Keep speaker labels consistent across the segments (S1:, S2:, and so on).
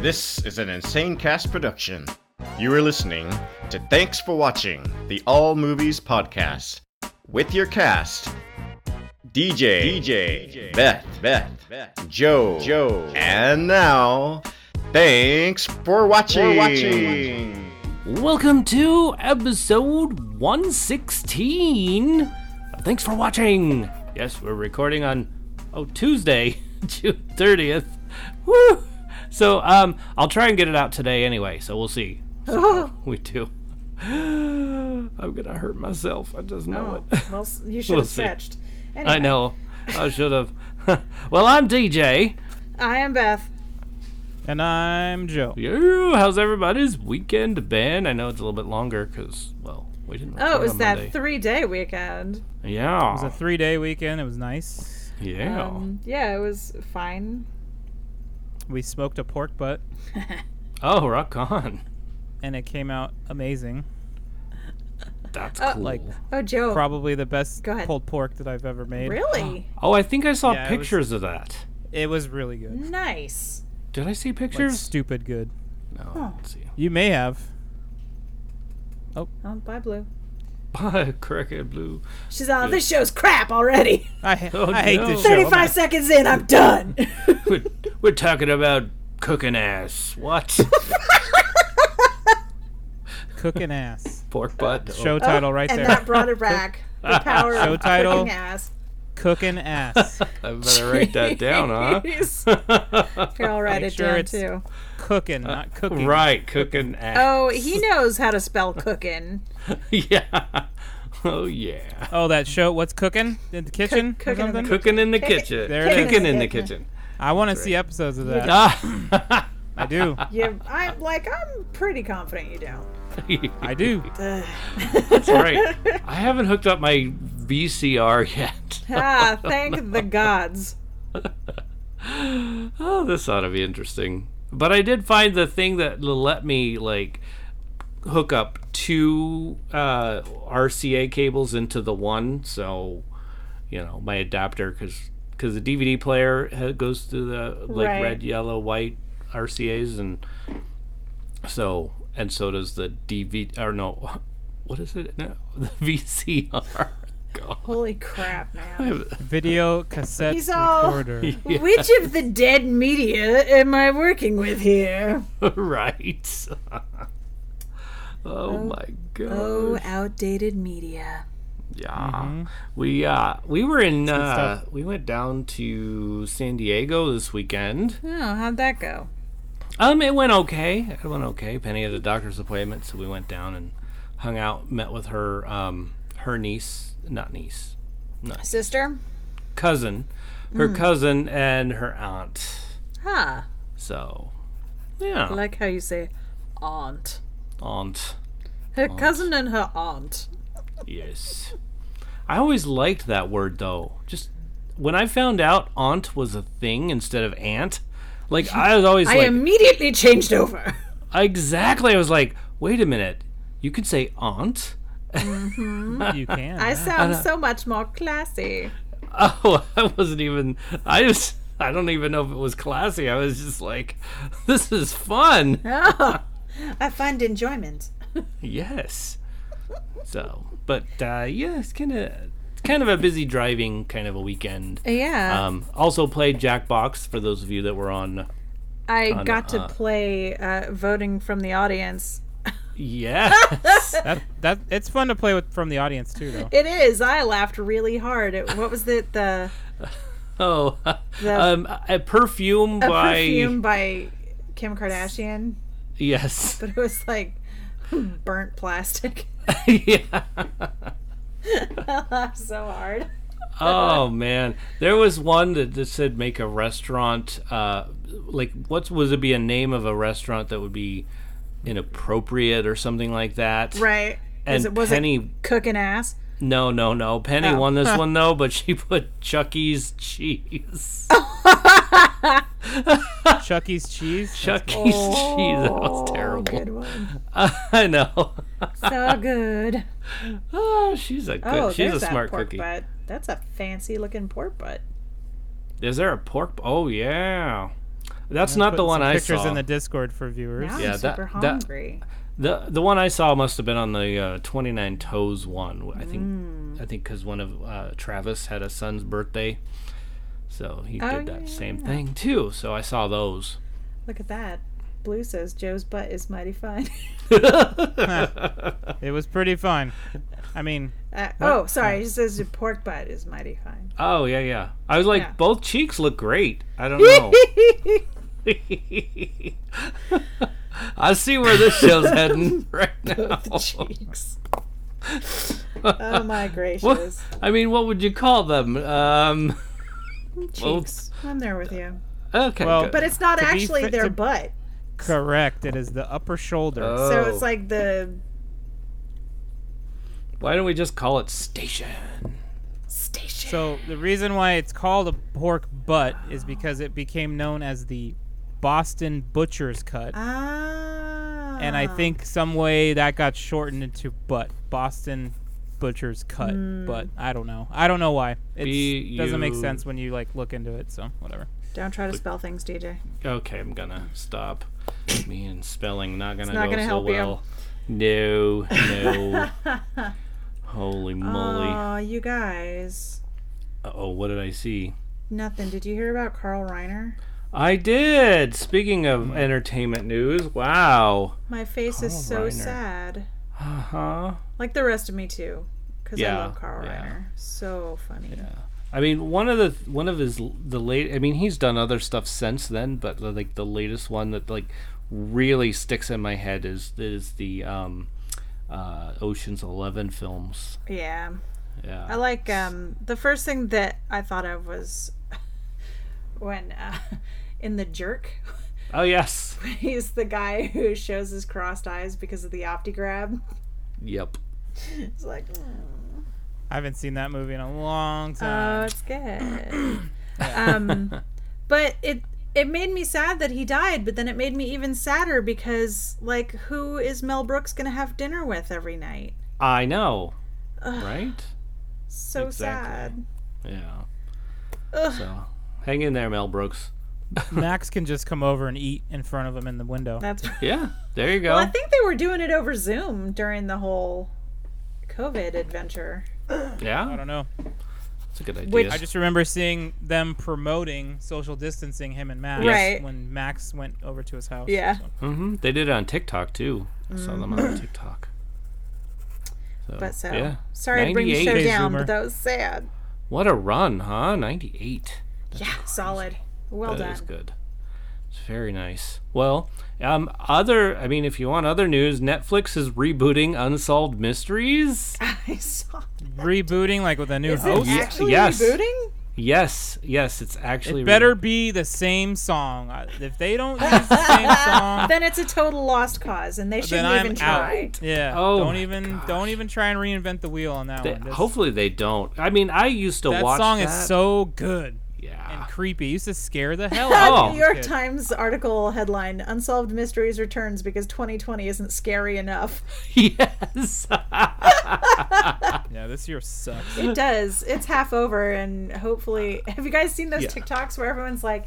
S1: This is an Insane Cast production. You are listening to Thanks for Watching, the All Movies Podcast, with your cast DJ, DJ, Beth, Beth, Beth, Joe, Joe, and now, thanks for watching. watching.
S2: Welcome to episode 116. Thanks for watching. Yes, we're recording on oh Tuesday, June 30th. Woo! So um I'll try and get it out today anyway, so we'll see. So we do. I'm gonna hurt myself. I just know
S3: Oh,
S2: it.
S3: well, s- you should
S2: We'll
S3: have
S2: see.
S3: fetched. Anyway,
S2: I know. I should have. well, I'm DJ.
S3: I am Beth.
S4: And I'm
S3: Oh.
S4: Joe.
S2: Yeah, how's everybody's weekend been? I know it's a little bit longer because, well, we didn't.
S3: Oh, it
S2: record
S3: was
S2: on
S3: that
S2: Monday.
S3: three-day weekend.
S2: yeah.
S4: It was a three day weekend. It was nice.
S2: yeah.
S3: Um, yeah, it was fine.
S4: We smoked a pork butt,
S2: oh, rock on.
S4: and it came out amazing.
S2: That's
S3: Uh,
S2: cool.
S4: Like,
S3: Oh, Joe.
S4: probably the best
S3: Go ahead.
S4: pulled pork that I've ever made.
S3: Really
S2: oh, I think I saw
S4: Yeah, it was-
S2: pictures of that.
S4: It was really good.
S3: nice.
S2: Did I see
S4: Like,
S2: pictures?
S4: stupid good.
S2: no. I didn't see.
S4: You may have.
S3: Oh, bye, Blue.
S2: Bye, Cricket Blue.
S3: She's on. This show's crap already.
S4: I, ha-
S2: Oh,
S4: I hate
S2: no.
S4: this show. I'm
S3: Thirty-five seconds in, I'm done.
S2: We're, we're talking about cooking ass. What?
S4: not Cooking ass.
S2: Pork butt.
S4: Show title right
S3: and
S4: there.
S3: that brought it back. The power
S4: Show
S3: of
S4: title.
S3: freaking ass.
S4: Cooking ass.
S2: Oh, I better write that down,
S3: Jeez.
S2: huh?
S3: Here, I'll write it
S4: sure
S3: down
S4: it's-
S3: too.
S4: Cooking, not cooking.
S2: Uh, right, cooking ass.
S3: Oh, he knows how to spell cooking.
S2: yeah. Oh yeah.
S4: Oh, that show. What's cooking in the kitchen? or
S3: cooking in the
S4: something?
S2: Cooking in the kitchen.
S4: There it is.
S2: Cooking in the kitchen.
S4: I want to see episodes of that.
S2: Ah.
S4: I do.
S3: You, I'm like, I'm pretty confident you don't.
S4: I do.
S3: Ugh.
S2: That's right. I haven't hooked up my VCR yet.
S3: ah, thank the gods.
S2: oh, this ought to be interesting. But I did find the thing that l- let me like hook up two uh, RCA cables into the one. So, you know, my adapter because because the DVD player ha- goes through the like
S3: Right.
S2: red, yellow, white RCA's and so and so does the DV or no, what is it? No, the VCR. God.
S3: Holy crap, man.
S4: Video cassette
S3: He's all-
S4: recorder.
S3: Which of the dead media am I working with here?
S2: right. oh, my god.
S3: Oh, outdated media.
S2: yeah. We uh we were in uh we went down to San Diego this weekend.
S3: Oh, how'd that go?
S2: Um it went okay. It went okay. Penny had a doctor's appointment, so we went down and hung out, met with her um her niece, not niece,
S3: Sister?
S2: cousin,
S3: Mm.
S2: her cousin and her aunt.
S3: Huh.
S2: So, yeah.
S3: I like how you say aunt.
S2: aunt.
S3: Her cousin and her aunt.
S2: Yes. I always liked that word though. Just when I found out aunt was a thing instead of aunt, like I was always
S3: I
S2: like
S3: immediately changed over.
S2: exactly I was like, wait a minute, you could say aunt?
S4: you can.
S3: I
S4: yeah.
S3: sound so much more classy.
S2: Oh, I wasn't even I just I don't even know if it was classy. I was just like, this is fun.
S3: Oh, I find enjoyment.
S2: Yes. So, but uh yeah, it's kind of kind of a busy driving kind of a weekend.
S3: Yeah.
S2: Um also played Jackbox for those of you that were on
S3: I got to play uh, voting from the audience.
S2: Yes.
S4: That, that it's fun to play with from the audience too, though.
S3: It is. I laughed really hard. It, what was it? The,
S2: Oh, um, a perfume
S3: the
S2: by
S3: perfume by Kim Kardashian.
S2: yes,
S3: but it was like burnt plastic.
S2: yeah.
S3: I laughed so hard.
S2: Oh man, there was one that just said make a restaurant. Uh, like what was it be a name of a restaurant that would be inappropriate or something like that?
S3: Right.
S2: And
S3: was it, was
S2: Penny,
S3: it cooking ass?
S2: no, no, no. Penny
S3: Oh.
S2: won this one though, but she put Chucky's cheese.
S4: Chucky's cheese.
S2: Chucky's cheese. That was terrible.
S3: Oh, Good one.
S2: I know.
S3: So good.
S2: Oh, she's a good.
S3: Oh,
S2: she's a
S3: there's that
S2: smart
S3: pork
S2: cookie.
S3: butt. That's a fancy looking pork butt.
S2: Is there a pork? Oh yeah. That's not the
S4: Putting
S2: one
S4: some
S2: I
S4: pictures
S2: saw.
S4: in the Discord for viewers.
S3: Now
S2: Yeah,
S3: I'm
S2: that-
S3: super
S2: that-
S3: hungry.
S2: The the one I saw must have been on the uh, 29 Toes one. I think
S3: Mm.
S2: I think because one of uh, Travis had a son's birthday, so he
S3: Oh,
S2: did that
S3: yeah,
S2: same thing too. So I saw those.
S3: Look at that. Blue says Joe's butt is mighty fine.
S4: It was pretty fun. I mean,
S3: Uh, oh, sorry. He says your pork butt is mighty fine.
S2: Oh yeah, yeah. I was like,
S3: Yeah.
S2: both cheeks look great. I don't know. I see where this show's heading right now.
S3: Cheeks. oh my gracious.
S2: What, I mean, what would you call them? Um,
S3: Cheeks. I'm there with you.
S2: okay.
S4: Well,
S2: good.
S3: But it's not
S4: To be
S3: actually
S4: fa-
S3: their
S4: to-
S3: butt.
S4: correct. It is the upper shoulder.
S2: Oh.
S3: So it's like the
S2: why don't we just call it station?
S3: station.
S4: So the reason why it's called a pork butt is because it became known as the Boston butcher's cut,
S3: ah.
S4: and I think some way that got shortened into butt. Boston butcher's cut, but I don't know. I don't know why. It doesn't make
S2: B-U-
S4: sense when you like look into it. So whatever.
S3: Don't try to spell things, DJ.
S2: Okay, I'm gonna stop. Me and spelling not gonna
S3: not
S2: go
S3: gonna
S2: so
S3: help you.
S2: well. No, no. Holy moly! Uh
S3: Oh, you guys.
S2: oh, what did I see?
S3: Nothing. Did you hear about Carl Reiner?
S2: I did. Speaking
S3: Mm.
S2: of entertainment news, wow.
S3: My face
S2: Carl
S3: is so
S2: Reiner.
S3: sad.
S2: Uh huh.
S3: Like the rest of me too, because
S2: Yeah,
S3: I love Carl
S2: yeah.
S3: Reiner. So funny.
S2: I mean, one of the one of his the late. I mean, he's done other stuff since then, but uh, like the latest one that like really sticks in my head is is the um, uh, Ocean's Eleven films.
S3: Yeah.
S2: Yeah.
S3: I like um the first thing that I thought of was when uh, in the jerk
S2: oh yes.
S3: he's the guy who shows his crossed eyes because of the opti grab.
S2: Yep.
S3: It's like,
S4: I haven't seen that movie in a long
S3: oh,
S4: time.
S3: it's good. um, but it it made me sad that he died. But then it made me even sadder because like, who is Mel Brooks gonna have dinner with every night?
S2: I know. Right.
S3: So
S2: Exactly.
S3: sad.
S2: Yeah.
S3: Ugh.
S2: So hang in there, Mel Brooks.
S4: Max can just come over and eat in front of him in the window.
S3: That's
S2: Yeah. There you go.
S3: Well, I think they were doing it over Zoom during the whole COVID adventure.
S4: I
S2: yeah.
S4: don't know.
S2: That's a good idea.
S3: Which-
S4: I just remember seeing them promoting social distancing him and Max
S3: Right.
S4: when Max went over to his house.
S3: Yeah.
S4: So,
S2: hmm They did it on TikTok too. I saw them on TikTok.
S3: Mm. But so
S2: yeah.
S3: sorry to bring the
S2: 98.
S3: show
S4: Hey,
S3: down,
S4: Zoomer.
S3: but that was sad.
S2: What a run, huh? 98.
S3: yeah, solid. Well
S2: That
S3: done.
S2: is good. It's very nice. Well, um, other, I mean, if you want other news, Netflix is rebooting Unsolved Mysteries.
S3: I saw.
S4: rebooting like with a new
S3: Is it
S4: host.
S2: yeah,
S3: actually
S2: yes.
S3: rebooting?
S2: Yes, yes, it's actually
S4: It
S2: re-
S4: better be the same song. I- If they don't use the same song,
S3: Then it's a total lost cause, and they
S4: then
S3: shouldn't
S4: I'm
S3: even try.
S4: out. Yeah.
S2: Oh
S4: don't
S2: my
S4: even don't even try and reinvent the wheel on that
S2: They-
S4: one. That's-
S2: hopefully they don't. I mean, I used to
S4: that
S2: watch
S4: song
S2: is
S4: is so good and
S2: yeah.
S4: creepy. It used to scare the hell
S3: The
S4: out
S2: Oh.
S4: of
S3: New
S4: me.
S3: York
S4: Kid.
S3: Times article headline: Unsolved Mysteries returns because 2020 isn't scary enough.
S2: yes.
S4: Yeah, this year sucks.
S3: It does. It's half over, and hopefully, have you guys seen those
S2: Yeah.
S3: TikToks where everyone's like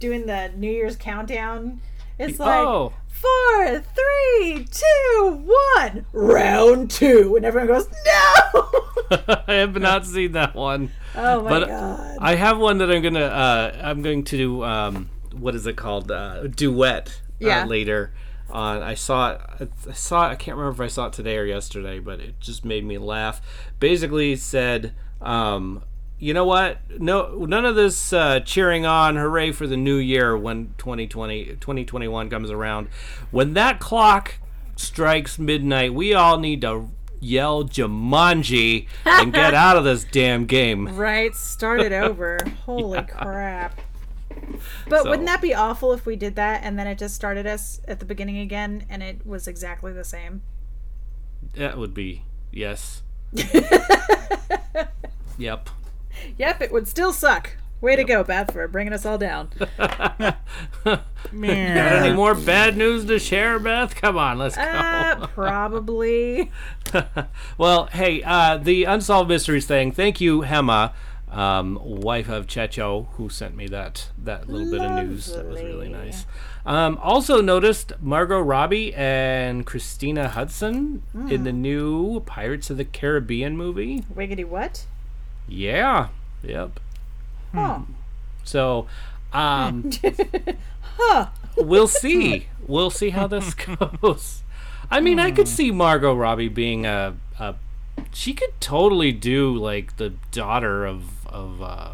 S3: doing the New Year's countdown? It's like
S2: oh,
S3: four, three, two, one, round two, and everyone goes no.
S2: I have not seen that one.
S3: oh my
S2: But
S3: god!
S2: I have one that I'm gonna uh, I'm going to do um, what is it called uh, duet
S3: Yeah.
S2: uh, later. On I saw it I saw it, I can't remember if I saw it today or yesterday, but it just made me laugh. Basically said, um, you know what? No, none of this uh, cheering on, hooray for the new year when 2020 2021 comes around. When that clock strikes midnight, we all need to yell Jumanji and get out of this damn game.
S3: right, start it over. Holy crap! But
S2: So-
S3: wouldn't that be awful if we did that and then it just started us at the beginning again and it was exactly the same?
S2: That would be yes. yep.
S3: Yep, it would still suck. Way to go, Beth, for bringing us all down.
S2: Any
S4: Meh.
S2: more bad news to share, Beth? Come on, let's go.
S3: Uh, probably.
S2: well, hey, uh, the unsolved mysteries thing. Thank you, Hema, um, wife of Checho, who sent me that that little bit of news. That was really nice. Um, also noticed Margot Robbie and Christina Hudson in the new Pirates of the Caribbean movie.
S3: Wiggity what?
S2: Yeah, yep. Hmm.
S3: Oh.
S2: So, um, we'll see. We'll see how this goes. I mean, I
S4: Hmm.
S2: could see Margot Robbie being a, a she could totally do like the daughter of of uh,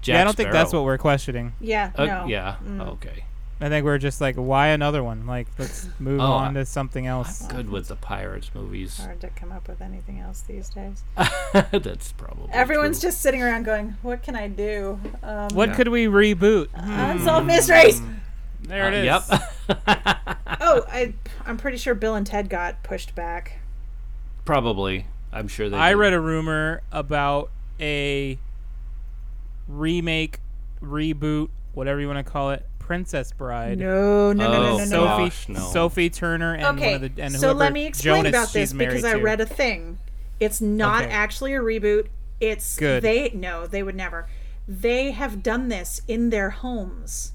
S2: Jack.
S4: Yeah, I don't think that's
S2: Sparrow.
S4: what we're questioning.
S3: Yeah.
S2: Uh,
S3: no.
S2: Yeah.
S4: Mm.
S2: Okay.
S4: I think we're just like, why another one? Like, let's move
S2: Oh,
S4: on
S2: I-
S4: to something else.
S2: Good with the pirates movies.
S3: Hard to come up with anything else these days.
S2: that's probably
S3: Everyone's
S2: true.
S3: just sitting around going, "What can I do?" Um,
S4: What could we reboot?
S2: Hmm.
S3: Unsolved mysteries.
S4: There it is.
S2: Uh, Yep.
S3: Oh, I, I'm pretty sure Bill and Ted got pushed back.
S2: probably. I'm sure they.
S4: I
S2: did.
S4: read a rumor about a remake, reboot, whatever you want to call it, Princess Bride.
S3: No, no, no,
S2: Oh,
S3: no, no, no.
S4: Sophie,
S2: gosh, no.
S4: Sophie Turner, and
S3: okay,
S4: one of the and
S3: so
S4: whoever
S3: let me explain
S4: Jonas
S3: about
S4: she's
S3: this because
S4: married
S3: I
S4: to.
S3: read a thing. It's not
S4: Okay.
S3: actually a reboot. It's
S4: Good.
S3: they no, they would never. They have done this in their homes.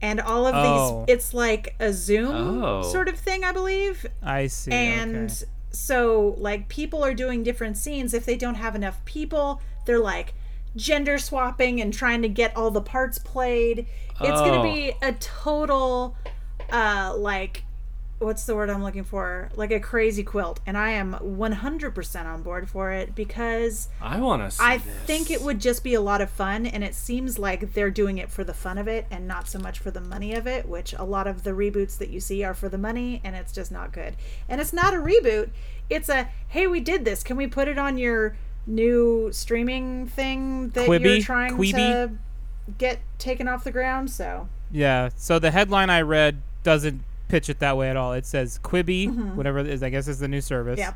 S3: And all of
S4: Oh.
S3: these it's like a Zoom
S2: Oh.
S3: sort of thing, I believe.
S4: I see.
S3: And
S4: okay.
S3: so, like, people are doing different scenes. If they don't have enough people, they're like gender swapping and trying to get all the parts played. It's going
S2: Oh.
S3: to be a total, uh, like, what's the word I'm looking for? Like a crazy quilt. And I am 100% on board for it because
S2: I want to. see
S3: I
S2: this.
S3: think it would just be a lot of fun. And it seems like they're doing it for the fun of it and not so much for the money of it, which a lot of the reboots that you see are for the money. And it's just not good. And it's not a reboot, it's a hey, we did this. Can we put it on your new streaming thing that you're
S4: Quibi?
S3: trying to
S4: Quibi?
S3: get taken off the ground? So,
S4: yeah. So the headline I read doesn't pitch it that way at all. It says Quibi,
S3: Mm-hmm.
S4: whatever it is, I guess is the new service,
S3: yeah,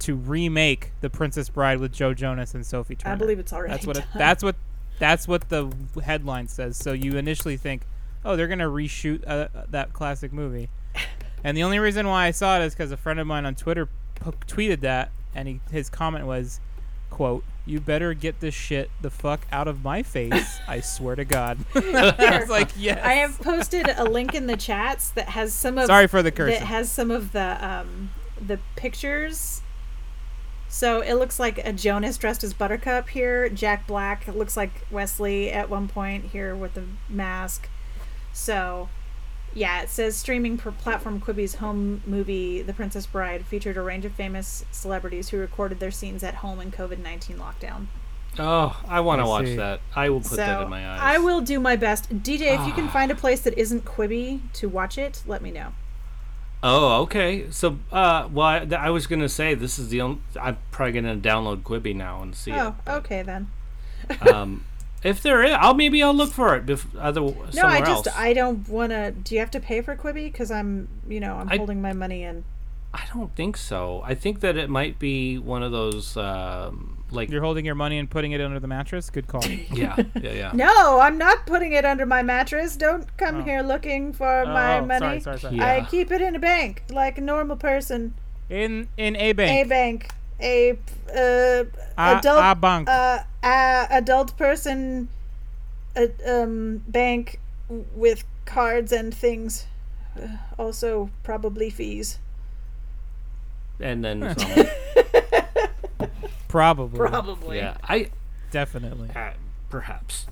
S4: to remake The Princess Bride with Joe Jonas and Sophie Turner.
S3: I believe it's already
S4: That's what
S3: done.
S4: it, that's what that's what the headline says. So you initially think, oh, they're gonna reshoot uh, that classic movie, and the only reason why I saw it is because a friend of mine on Twitter p- tweeted that, and he, his comment was, "quote You better get this shit the fuck out of my face. I swear to God." I was like, yes.
S3: I have posted a link in the chats that has some of
S4: Sorry for the curse.
S3: that has some of the um the pictures. So it looks like a Jonas dressed as Buttercup here. Jack Black looks like Wesley at one point here with the mask. So yeah, it says streaming per platform Quibi's home movie The Princess Bride featured a range of famous celebrities who recorded their scenes at home in COVID-19 lockdown.
S2: Oh, I want to
S4: I
S2: watch
S4: see.
S2: that. I will put
S3: so
S2: that in my eyes. Ah.
S3: I will do my best. DJ, if you can find a place that isn't Quibi to watch it, let me know.
S2: Oh, okay. So, uh, well, I, th- I was gonna say this is the only. I'm probably gonna download Quibi now and see
S3: Oh, okay then.
S2: it. Um, if there is, I'll maybe I'll look for it. Bef- other
S3: No,
S2: somewhere
S3: I just
S2: else.
S3: I don't want to. Do you have to pay for Quibi? Because I'm, you know, I'm
S2: I-
S3: holding my money in.
S2: I don't think so. I think that it might be one of those um, like
S4: You're holding your money and putting it under the mattress. Good call. Oh,
S2: yeah yeah yeah.
S3: No, I'm not putting it under my mattress. Don't come here looking for my
S4: Oh,
S3: money.
S4: Sorry, sorry, sorry.
S2: Yeah.
S3: I keep it in a bank like a normal person.
S4: In in a
S3: A
S4: bank,
S3: bank, a uh,
S4: a,
S3: adult,
S4: a bank.
S3: uh, a adult person, a, um, bank with cards and things. Uh, also, probably fees.
S2: And then some,
S4: probably,
S3: Probably.
S2: yeah, I
S4: definitely.
S2: uh, perhaps.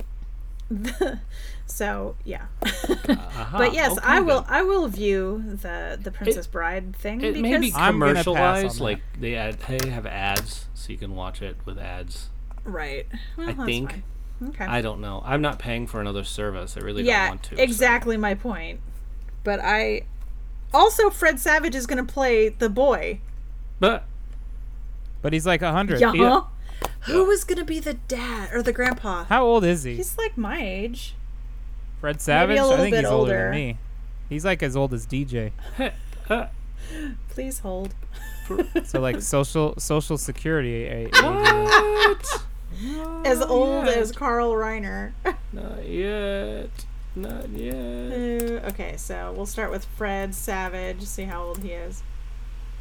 S3: So yeah.
S2: Aha,
S3: But yes,
S2: Uh-huh, Ah, okay,
S3: I will.
S2: then.
S3: I will view the the Princess Bride thing
S2: It may be
S3: because
S4: I'm gonna pass on
S2: commercialized.
S4: that.
S2: Like they add, they have ads, so you can watch it with ads.
S3: right. Well,
S2: I
S3: Oh, that's
S2: think.
S3: fine. Okay.
S2: I don't know. I'm not paying for another service. I really don't
S3: yeah,
S2: want to. so-
S3: exactly my point. But I also Fred Savage is going to play the boy.
S2: But
S4: But he's like hundred.
S3: Yeah.
S2: Yeah.
S3: Who is going to be the dad or the grandpa?
S4: How old is he?
S3: He's like my age.
S4: Fred Savage? I
S3: little
S4: think
S3: bit
S4: he's older.
S3: older.
S4: than me. He's like as old as DJ.
S2: uh,
S3: Please hold.
S4: So like social social security. eh, eh,
S2: What?
S3: As old as Carl Reiner.
S2: Not yet. Not yet.
S3: Uh, okay, so we'll start with Fred Savage. See how old he is.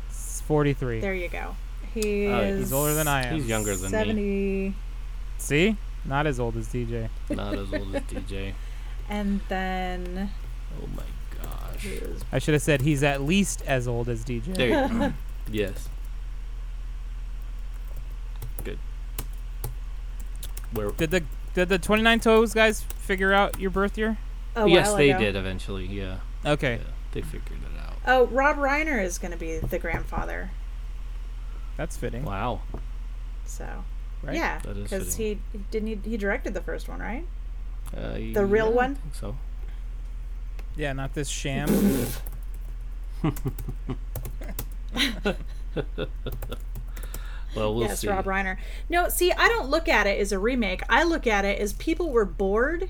S4: It's 43.
S3: There you go. He
S2: Oh,
S3: is
S2: Uh, he's
S4: He's older than I am.
S2: He's younger than me.
S3: 70.
S4: See, not as old as DJ.
S2: Not as old as DJ.
S3: And then
S2: Oh my gosh.
S4: I should have said he's at least as old as DJ.
S2: There you go. Yes. Good. Where?
S4: Did the did the 29 toes guys figure out your birth year?
S3: a
S2: yes,
S3: while
S2: they
S3: ago.
S2: did eventually. Yeah.
S4: Okay,
S2: Yeah. They figured it out.
S3: Oh, Rob Reiner is going to be the grandfather.
S4: that's fitting.
S2: Wow.
S3: So
S4: Right?
S3: yeah,
S2: That is
S3: because he
S2: fitting.
S3: didn't. He, he directed the first one, right?
S2: Uh,
S3: The real
S2: yeah,
S3: one?
S2: I think so.
S4: Yeah, not this sham.
S2: Well, we'll
S3: yes,
S2: see.
S3: Rob Reiner. No, see, I don't look at it as a remake. I look at it as people were bored,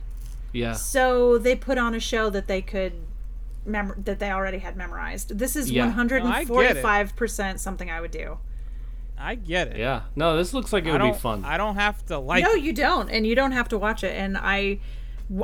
S2: Yeah.
S3: so they put on a show that they could. Mem- that they already had memorized. This is
S2: Yeah.
S3: one
S2: No, I
S3: hundred
S4: get
S3: and
S4: it.
S3: forty-five percent something I would do.
S4: I get it.
S2: Yeah. No, this looks like it
S4: I
S2: would
S4: don't.
S2: be fun.
S4: I don't have to like.
S3: no
S4: it.
S3: you don't and you don't have to watch it and i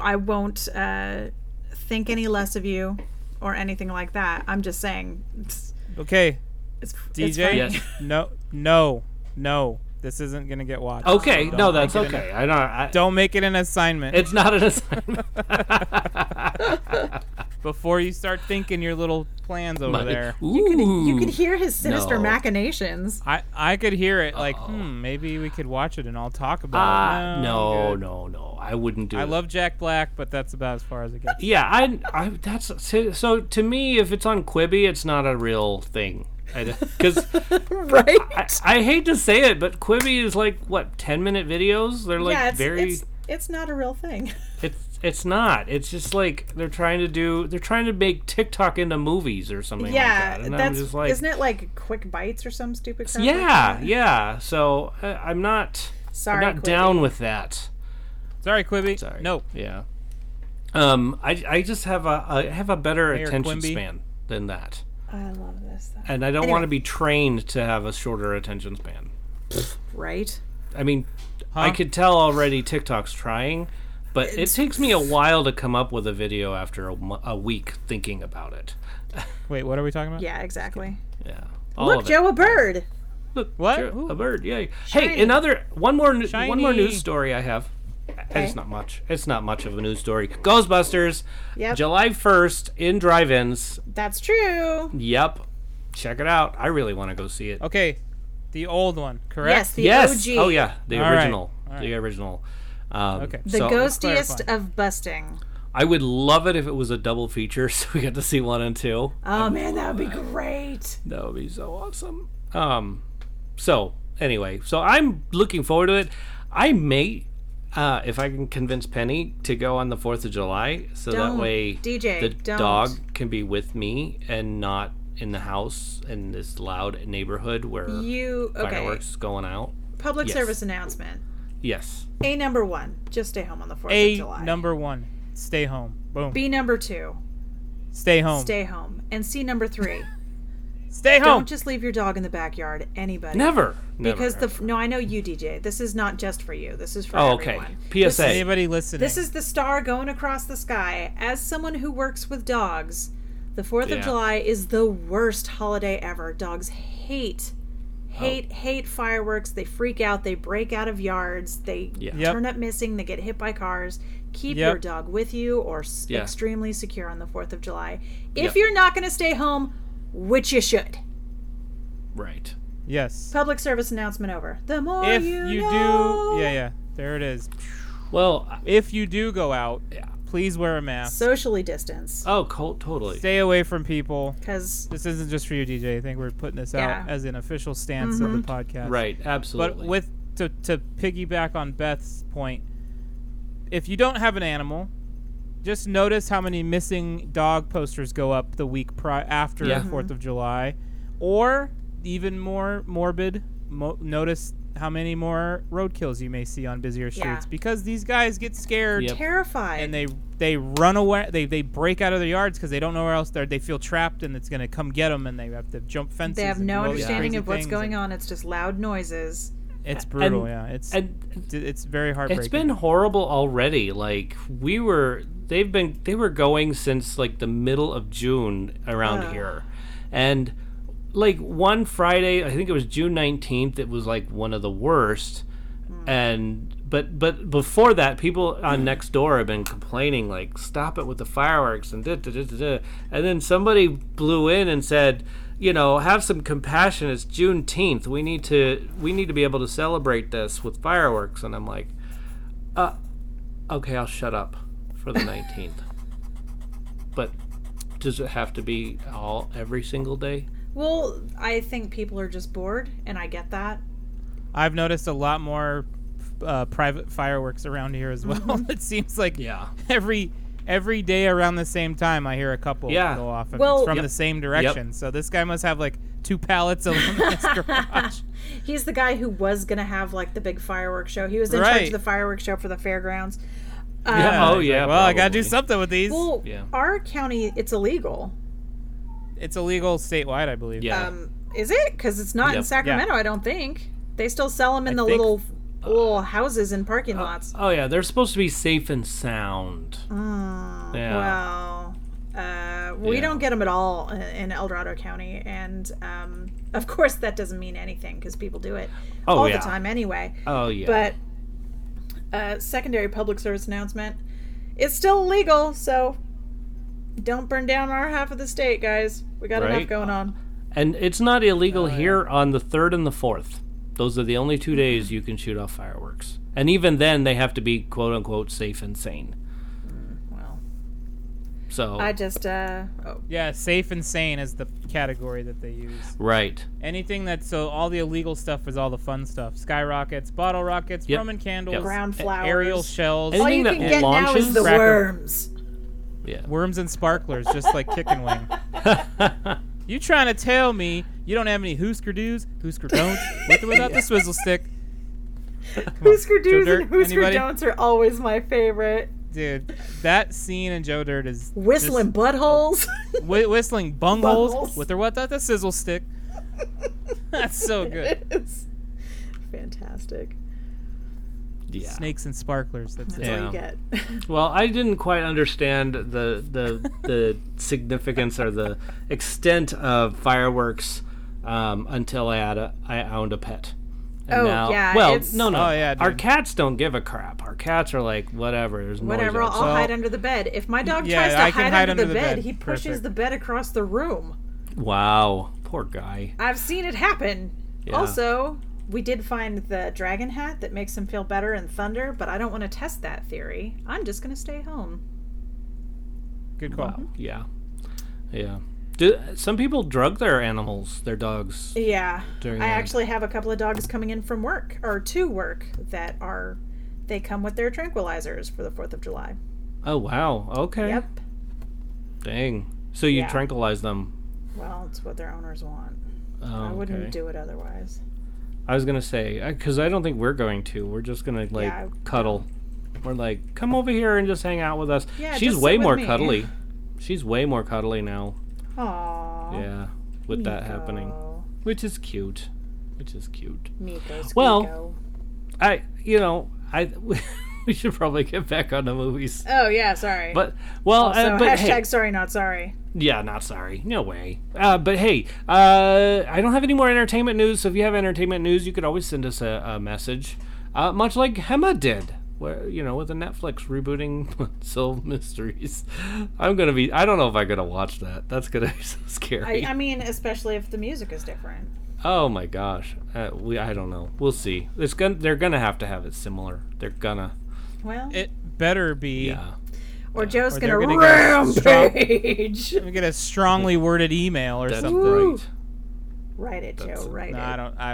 S3: i won't uh think any less of you or anything like that i'm just saying it's,
S4: Okay,
S3: it's it's
S4: DJ.
S3: funny.
S2: Yes.
S4: No, no, no. This isn't gonna get watched.
S2: okay.
S4: Don't
S2: No,
S4: make
S2: that's
S4: it an-
S2: okay. I don't. I,
S4: don't make it an assignment
S2: It's not an assignment.
S4: before you start thinking your little plans over there.
S2: Ooh.
S3: you can hear his sinister
S2: No.
S3: machinations
S4: I, I could hear it like, hmm, maybe we could watch it and I'll talk about
S2: Oh. Ah,
S4: it.
S2: no,
S4: I'm good.
S2: no, no. I wouldn't do
S4: I
S2: it.
S4: love Jack Black, but that's about as far as it gets.
S2: Yeah, I, I that's so, so to me if it's on Quibi, it's not a real thing. Because
S3: right
S2: I, I hate to say it, but Quibi is like what ten minute videos. They're like
S3: yeah it's,
S2: very. Oh
S3: it's it's not a real thing
S2: It's it's not. It's just like they're trying to do. They're trying to make TikTok into movies or something
S3: yeah
S2: like that. And
S3: that's
S2: I'm just like,
S3: isn't it like quick bites or some stupid crap like
S2: yeah,
S3: that?
S2: yeah. So I, I'm not.
S3: sorry
S2: I'm not
S3: Quibi.
S2: down with that.
S4: Sorry, Quibby.
S2: Sorry.
S4: No.
S2: Yeah. Um. I I just have a I have a better
S4: Mayor
S2: attention
S4: Quimby.
S2: span than that,
S3: i love this though.
S2: and I don't
S3: Anyway.
S2: want to be trained to have a shorter attention span.
S3: right
S2: I mean, I
S4: Huh?
S2: could tell already TikTok's trying, but it takes me a while to come up with a video after a, mo- a week thinking about it.
S4: Wait, what are we talking about?
S3: yeah exactly
S2: Yeah. All
S3: look
S2: of it.
S3: joe a bird
S2: Look,
S4: What?
S2: Joe,
S4: Ooh.
S2: a bird. Yay.
S3: Shiny.
S2: Hey, another one more nu- one more
S4: Shiny.
S2: news story I have. It's not much. It's not much of a news story. Ghostbusters,
S3: Yep.
S2: July 1st in drive-ins.
S3: that's true
S2: Yep. Check it out. I really want to go see it.
S4: Okay, the old one, correct?
S3: yes Oh, the
S2: yes.
S3: og
S2: Oh yeah, the
S4: All right.
S2: original.
S4: All
S2: The
S4: right.
S2: original. Um,
S4: Okay.
S3: The
S2: so-
S3: ghostiest
S4: clarifying.
S3: of busting.
S2: I would love it if it was a double feature, so we got to see one and two.
S3: Oh man, that would be great.
S2: That would be so awesome. Um, so anyway, so I'm looking forward to it. I may, uh, if I can convince Penny to go on the Fourth of July, so
S3: Don't,
S2: that way
S3: DJ,
S2: the
S3: don't.
S2: dog can be with me and not in the house in this loud neighborhood where
S3: You okay?
S2: fireworks going out.
S3: Public
S2: Yes.
S3: service announcement.
S2: Yes.
S3: A number one, just stay home on the fourth of
S4: A
S3: July.
S4: number one, stay home. Boom.
S3: B number two,
S4: stay home.
S3: stay
S4: Stay,
S3: home. And C number three,
S4: home.
S3: don't just leave your dog in the backyard. Anybody?
S2: Never. Never.
S3: Because the f- no, I know you, DJ. This is not just for you. This is for
S2: Oh, okay.
S3: everyone.
S2: PSA.
S4: Anybody listening?
S3: This is the star going across the sky. As someone who works with dogs, the 4th of
S2: Yeah.
S3: July is the worst holiday ever. Dogs hate,
S2: Oh.
S3: hate, hate fireworks. They freak out. They break out of yards. They
S2: Yeah.
S4: Yep.
S3: turn up missing. They get hit by cars. Keep
S4: Yep.
S3: your dog with you or s
S2: Yeah.
S3: extremely secure on the 4th of July. If
S2: Yep.
S3: you're not going to stay home, which you should.
S2: right.
S4: yes.
S3: Public service announcement over. The more
S4: If
S3: you,
S4: you,
S3: know.
S4: do, yeah, yeah, there it is.
S2: Well. I-
S4: If you do go out,
S2: Yeah.
S4: please wear a mask.
S3: Socially distance.
S2: Oh, cold. Totally.
S4: stay away from people.
S3: Because
S4: This isn't just for you, DJ. I think we're putting this out
S3: Yeah. Mm-hmm.
S4: as an official stance of the podcast.
S2: Right, absolutely.
S4: But with to to piggyback on Beth's point, if you don't have an animal, just notice how many missing dog posters go up the week pri- after
S2: Yeah.
S3: Mm-hmm.
S4: Fourth of July, or even more morbid, mo- notice how many more roadkills you may see on busier streets
S3: Yeah.
S4: because these guys get scared
S2: Yep.
S3: terrified.
S4: and they they run away. They they break out of their yards because they don't know where else they're. They feel trapped and it's gonna come get them, and they have to jump fences.
S3: They have
S4: and do
S3: no
S4: all these
S3: understanding
S4: crazy
S3: of what's
S4: things,
S3: going
S4: and
S3: on. It's just loud noises.
S4: It's brutal.
S2: And-
S4: yeah, it's
S2: and
S4: d- it's very heartbreaking.
S2: it's been horrible already. Like we were, they've been, they were going since like the middle of June around here, and like one Friday, I think it was June nineteenth. It was like one of the worst, and but but before that, people on next door have been complaining like, "Stop it with the fireworks!" and da, da, da, da, da. and then somebody blew in and said, "You know, have some compassion. It's Juneteenth. We need to we need to be able to celebrate this with fireworks." And I'm like, "Uh, okay, I'll shut up for the 19th." but does it have to be all every single day?
S3: Well, I think people are just bored, and I get that.
S4: I've noticed a lot more uh, private fireworks around here as well. it seems like
S2: Mm-hmm. Yeah.
S4: every every day around the same time, I hear a couple
S2: Yeah.
S4: go off and
S3: Well-
S4: it's from
S2: Yep.
S4: the same direction. So this guy must have like two pallets of them in his garage.
S3: He's the guy who was gonna have like the big fireworks show. He was in charge
S4: Right.
S3: of the fireworks show for the fairgrounds.
S2: Yeah.
S3: Um,
S2: Oh,
S4: He's
S2: yeah,
S4: like, well, I gotta do
S2: probably.
S4: something with these.
S3: Well,
S2: Yeah.
S3: our county, it's illegal.
S4: it's illegal statewide, I believe.
S2: Yeah.
S3: Um, is it? Because it's not in
S2: Yep.
S3: Sacramento, I don't think. They still sell them in
S4: I
S3: the
S4: think-
S3: little little houses and parking lots.
S2: Oh yeah, they're supposed to be safe and sound.
S3: Mm-hmm.
S2: yeah.
S3: Oh, Well, uh, we
S2: Yeah.
S3: don't get them at all in- in El Dorado County, and um, of course that doesn't mean anything because people do it
S2: Oh,
S3: all
S2: yeah.
S3: the time anyway.
S2: Oh yeah.
S3: But uh, secondary public service announcement, it's still illegal, so don't burn down our half of the state, guys. We got
S2: Right.
S3: enough going on.
S2: and it's not
S4: Oh,
S2: illegal here on the third and the fourth. Those are the only two
S4: Mm-hmm.
S2: days you can shoot off fireworks. And even then they have to be quote unquote safe and sane.
S3: Well,
S2: So
S3: I just uh, oh,
S4: Yeah, safe and sane is the category that they use.
S2: Right.
S4: Anything that's so all the illegal stuff is all the fun stuff. Skyrockets, bottle rockets,
S2: Yep.
S4: Roman candles,
S2: Yep.
S3: Ground
S4: a- aerial
S3: flowers.
S4: shells,
S2: Anything
S3: all you
S2: that
S3: can get now
S2: launches
S3: is the
S4: Cracker.
S3: worms.
S2: Yeah.
S4: worms and sparklers, just like kicking wing. You trying to tell me you don't have any Hoosker do's, Hoosker don'ts, with or without the swizzle stick?
S3: Hoosker do's
S4: Dirt,
S3: and Hoosker
S4: anybody?
S3: don'ts are always my favorite.
S4: Dude, that scene in Joe Dirt is
S3: Whistling buttholes.
S4: just whi- whistling bungholes
S3: Bungholes.
S4: with or without the sizzle stick. That's so good.
S3: It's fantastic.
S2: Yeah.
S4: Snakes and sparklers. That's
S3: That's
S4: it.
S3: all you
S2: Yeah.
S3: get.
S2: Well, I didn't quite understand the the the significance or the extent of fireworks um, until I had a I owned a pet. And
S3: Oh, yeah,
S2: Well,
S3: it's-
S2: no, no.
S4: Oh, yeah,
S2: our
S4: dude.
S2: cats don't give a crap. Our cats are like whatever. There's
S3: Whatever,
S2: Noise
S3: I'll
S2: outside.
S3: hide under the bed. If my dog
S4: Yeah,
S3: tries to
S4: I can
S3: hide,
S4: hide
S3: under, the, bed, he pushes
S4: Perfect.
S3: the bed across the room.
S2: Wow, poor guy.
S3: I've seen it happen. Also, we did find the dragon hat that makes him feel better in thunder, but I don't want to test that theory. I'm just going to stay home.
S4: Good call.
S2: Yeah, yeah. Do, some people drug their animals, their dogs.
S3: Yeah.
S2: During
S3: I
S2: that.
S3: actually have a couple of dogs coming in from work or to work that are they come with their tranquilizers for the 4th of July.
S2: Oh wow. Okay.
S3: Yep.
S2: Dang. So you
S3: Yeah.
S2: tranquilize them.
S3: Well, it's what their owners want.
S2: Oh,
S3: I wouldn't
S2: okay.
S3: do it otherwise.
S2: I was gonna say because I don't think we're going to. We're just gonna like
S3: Yeah, I-
S2: cuddle. We're like, come over here and just hang out with us.
S3: Yeah,
S2: She's
S3: just
S2: way
S3: sit with
S2: more
S3: me.
S2: cuddly. She's way more cuddly now.
S3: Aww.
S2: Yeah, with that happening, which is cute. Which is cute.
S3: Miko's
S2: Well-
S3: Kiko.
S2: I, you know, I we should probably get back on the movies.
S3: Oh yeah, sorry.
S2: But well,
S3: so
S2: uh, but
S3: hashtag
S2: hey,
S3: sorry not sorry.
S2: yeah, not sorry, no way. Uh, but hey, uh, I don't have any more entertainment news. So if you have entertainment news, you could always send us a, a message, uh, much like Hema did, where you know with the Netflix rebooting Unsolved Mysteries. I'm gonna be. I don't know if I'm gonna watch that. That's gonna be so
S3: I,
S2: scary.
S3: I mean, especially if the music is different.
S2: oh my gosh, uh, we. I don't know. We'll see. It's gonna. They're gonna have to have it similar. They're gonna.
S3: Well,
S4: It better be.
S2: Yeah.
S3: or Joe's
S4: Or
S3: gonna,
S4: they're gonna get strong-
S3: rampage.
S4: Let me get a strongly worded email or
S2: That's
S4: something.
S3: Woo.
S2: right.
S3: Write it, Joe. Write
S4: No,
S3: it.
S4: I don't. I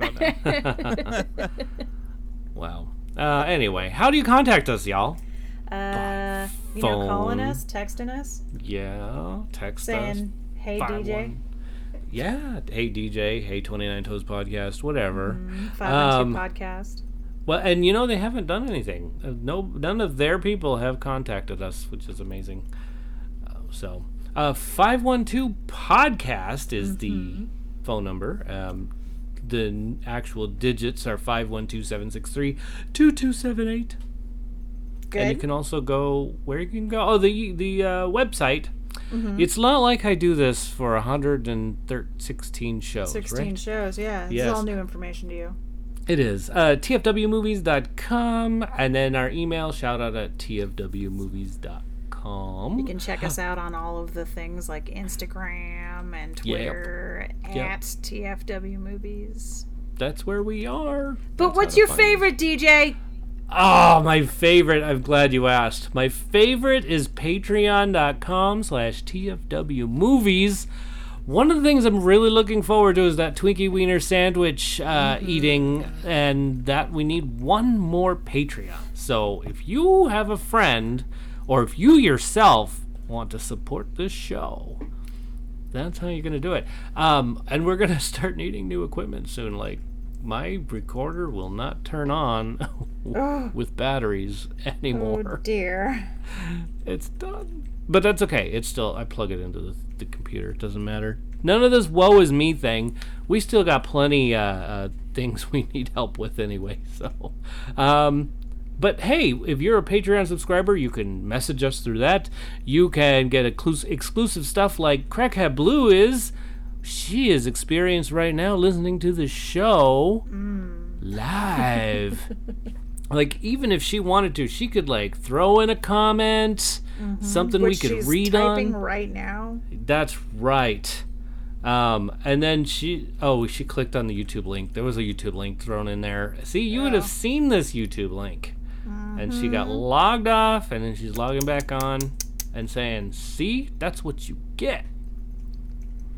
S4: don't know.
S2: Wow. Uh, anyway, how do you contact us, y'all?
S3: Uh, you know, calling
S2: Phone.
S3: us, texting us,
S2: Yeah, text us.
S3: saying, "Hey
S2: buy
S3: DJ,
S2: one. Yeah, hey DJ, hey 29 Toes Podcast, whatever.
S3: five one two
S2: Um,
S3: podcast."
S2: Well, and you know they haven't done anything. Uh, No, none of their people have contacted us, which is amazing. Uh, so, uh, 512 Podcast is the phone number. Um, the n- actual digits are 512 763 2278. And you
S3: Good.
S2: can also go where you can go. Oh, the the uh, website.
S3: Mm-hmm.
S2: It's not like I do this for 116 shows,
S3: Sixteen
S2: right?
S3: shows. Yeah, it's
S2: Yes.
S3: all new information to you.
S2: It is. Uh, TFWmovies.com. And then our email, shout out at TFWmovies.com.
S3: You can check us out on all of the things like Instagram and Twitter
S2: Yep.
S3: at TFW Movies.
S2: That's where we are.
S3: But
S2: That's
S3: what's
S2: how to
S3: your
S2: find us.
S3: favorite, DJ?
S2: Oh, my favorite. I'm glad you asked. My favorite is patreon.com slash TFW movies. One of the things I'm really looking forward to is that Twinkie Wiener sandwich uh, eating, and that we need one more Patreon. So if you have a friend, or if you yourself want to support this show, that's how you're gonna do it. Um, and we're gonna start needing new equipment soon. Like my recorder will not turn on with batteries
S3: Oh
S2: anymore.
S3: dear.
S2: It's done. But that's okay. It's still I plug it into the, the computer. It doesn't matter. None of this woe is me thing. We still got plenty uh, uh, things we need help with anyway. So, um, but hey, if you're a Patreon subscriber, you can message us through that. You can get exclus- exclusive stuff like Crackhead Blue is. She is experienced right now listening to the show
S3: Mm.
S2: live. like even if she wanted to, she could like throw in a comment, something
S3: Mm-hmm. Which
S2: we could
S3: she's
S2: read on.
S3: typing right now.
S2: That's right. Um, and then she, oh, she clicked on the YouTube link. There was a YouTube link thrown in there. See, you would have seen this YouTube link. And she got
S3: Mm-hmm.
S2: logged off, and then she's logging back on and saying, See, that's what you get.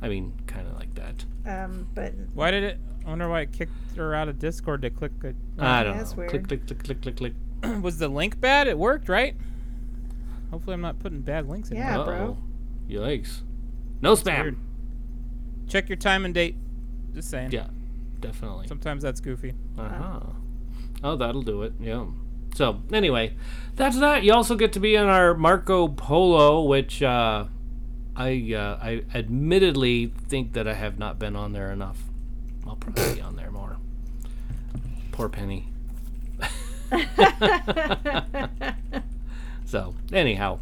S2: I mean, kind of like that.
S3: Um, but
S4: Why did it? I wonder why it kicked her out of Discord to click. A,
S2: I don't
S3: that's
S2: know.
S3: weird.
S2: Click, click, click, click, click, click.
S4: was the link bad? It worked, right? Hopefully, I'm not putting bad links in.
S3: Yeah,
S4: there.
S2: Uh oh.
S3: bro.
S2: Yikes. No spam.
S4: weird. Check your time and date. Just saying.
S2: Yeah, definitely.
S4: Sometimes that's goofy.
S2: Uh-huh. Oh, that'll do it. Yeah. So anyway, that's that. You also get to be on our Marco Polo, which uh, I uh, I admittedly think that I have not been on there enough. I'll probably be on there more. Poor Penny. so anyhow,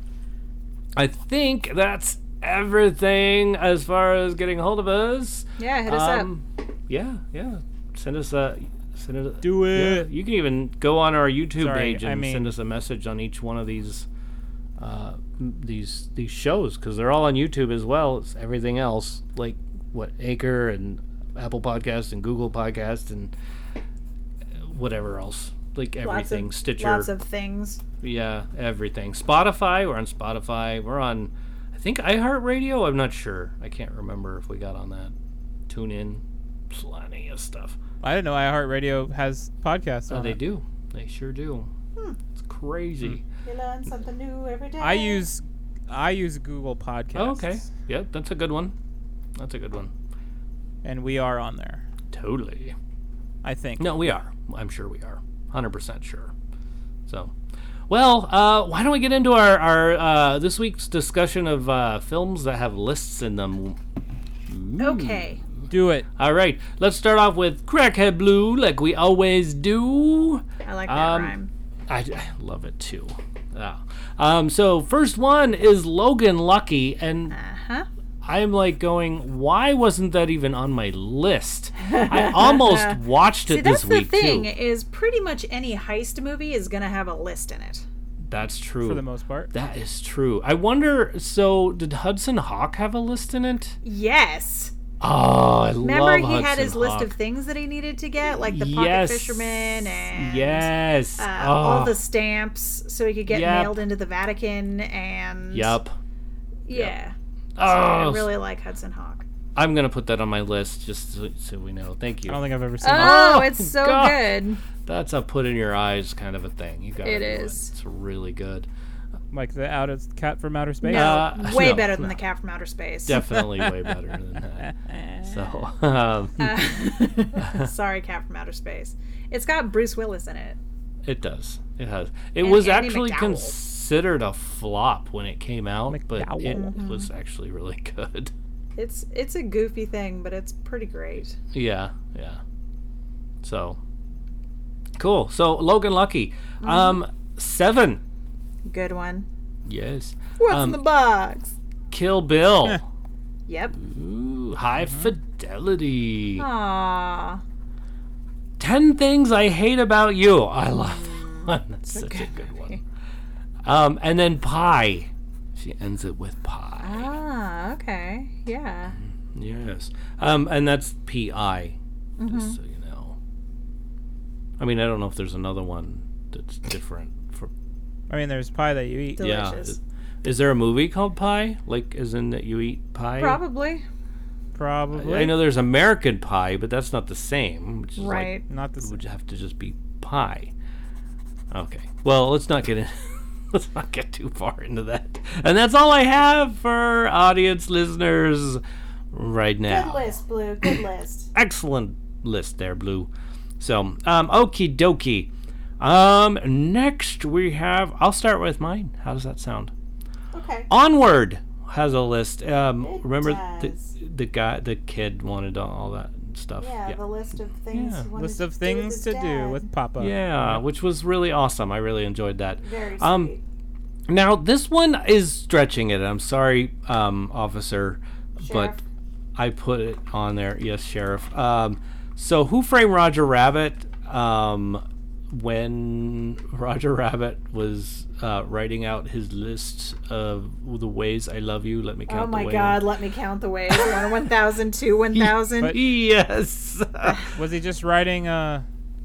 S2: I think that's everything as far as getting a hold of us.
S3: yeah, hit us up.
S2: Um, Yeah, yeah. Send us a send it.
S4: Do
S2: yeah,
S4: it.
S2: You can even go on our YouTube
S4: Sorry,
S2: page and
S4: I mean-
S2: send us a message on each one of these uh, m- these these shows because they're all on YouTube as well as everything else like what Anchor and Apple Podcasts and Google Podcasts and uh, whatever else like
S3: Lots
S2: everything
S3: of,
S2: Stitcher
S3: lots of things.
S2: yeah, everything. Spotify, we're on Spotify. We're on, I think iHeartRadio. I'm not sure. I can't remember if we got on that. Tune in, plenty of stuff.
S4: I didn't know iHeartRadio has podcasts
S2: Oh,
S4: on
S2: they
S4: it.
S2: do. They sure do. It's crazy.
S3: You learn something new every day.
S4: I use I use Google Podcasts.
S2: Oh, okay. Yeah, that's a good one. That's a good one.
S4: And we are on there.
S2: Totally.
S4: I think.
S2: No, we are. I'm sure we are. 100% sure. So, well, uh, why don't we get into our, our uh, this week's discussion of uh, films that have lists in them?
S3: Okay.
S4: Do it.
S2: All right, let's start off with Crackhead Blue, like we always do.
S3: I like that
S2: Um,
S3: rhyme.
S2: I, I love it too. Ah. Um, so first one is Logan Lucky, and
S3: Uh-huh.
S2: I'm like going, why wasn't that even on my list? I almost watched it
S3: See,
S2: this
S3: that's the
S2: week
S3: thing
S2: too.
S3: is pretty much any heist movie is going to have a list in it.
S2: That's true.
S4: For the most part.
S2: that is true. I wonder. So did Hudson Hawk have a list in it?
S3: Yes.
S2: Oh, I
S3: Remember
S2: love
S3: he
S2: Hudson
S3: had his list of
S2: Hawk.
S3: things that he needed to get like the pocket
S2: yes.
S3: fisherman and
S2: yes,
S3: uh,
S2: oh.
S3: all the stamps so he could get
S2: Yep.
S3: nailed into the Vatican and
S2: Yep.
S3: Yeah. I
S2: Oh,
S3: really like Hudson Hawk.
S2: I'm gonna put that on my list just so, so we know. Thank you.
S4: I don't think I've ever seen it.
S3: Oh,
S2: Oh,
S3: it's so
S2: God.
S3: good.
S2: That's a put in your eyes kind of a thing. You got
S3: It
S2: it.
S3: is.
S2: It's really good.
S4: Like the out of cat from outer space.
S3: No,
S2: Uh,
S3: way
S2: no,
S3: better than
S2: no.
S3: the cat from outer space.
S2: Definitely way better than that. So, um,
S3: Uh, sorry, cat from outer space. It's got Bruce Willis in it.
S2: it does. It has. It
S3: And
S2: was
S3: Andy
S2: actually
S3: McDowell.
S2: considered a flop when it came out, but it
S3: Mm-hmm.
S4: McDowell.
S2: was actually really good.
S3: It's it's a goofy thing, but it's pretty great.
S2: Yeah, yeah. So, cool. So, Logan Lucky.
S3: Mm-hmm.
S2: Um, seven.
S3: Good one.
S2: Yes.
S3: What's
S2: Um,
S3: in the box?
S2: Kill Bill.
S3: Yep. Mm-hmm.
S2: Ooh, high fidelity.
S3: Aww.
S2: 10 Things I Hate About You. I love that one. That's such a good one. Um, and then Pie. She ends it with Pie.
S3: Ah, okay. Yeah.
S2: Yes. Um, and that's P.I.,
S3: Mm-hmm.
S2: just so you know. I mean, I don't know if there's another one that's different. For,
S4: I mean, there's pie that you eat.
S2: yeah.
S3: Delicious.
S2: Is, is there a movie called Pie? Like, as in that you eat pie?
S3: Probably.
S4: Probably.
S2: I know there's American Pie, but that's not the same. Which is like
S3: Right.
S4: Not the
S2: it
S4: same.
S2: would have to just be pie. Okay. Well, let's not get in. let's not get too far into that. And that's all I have for audience listeners right now.
S3: list, Blue. Good list.
S2: Excellent list there, Blue. So, um, okie dokie. Um, next we have. I'll start with mine. How does that sound?
S3: Okay.
S2: Onward has a list. Um,
S3: It
S2: remember
S3: does.
S2: the the guy, the kid wanted all- all that stuff.
S3: list of
S2: Yeah.
S3: he wanted
S4: List
S3: to
S4: of
S3: do
S4: things
S3: his
S4: to do
S3: dad.
S4: with Papa.
S2: Yeah, which was really awesome. I really enjoyed that.
S3: Very
S2: Um,
S3: sweet.
S2: now this one is stretching it. I'm sorry, um, officer,
S3: Sheriff.
S2: but I put it on there. Yes, sheriff. Um, so who framed Roger Rabbit? Um, when Roger Rabbit was uh, writing out his list of the ways I love you, let me count.
S3: Oh my
S2: the ways.
S3: god, let me count the ways. One, 1,000, two, 1,000.
S4: But-
S2: Yes.
S4: Was he just writing uh,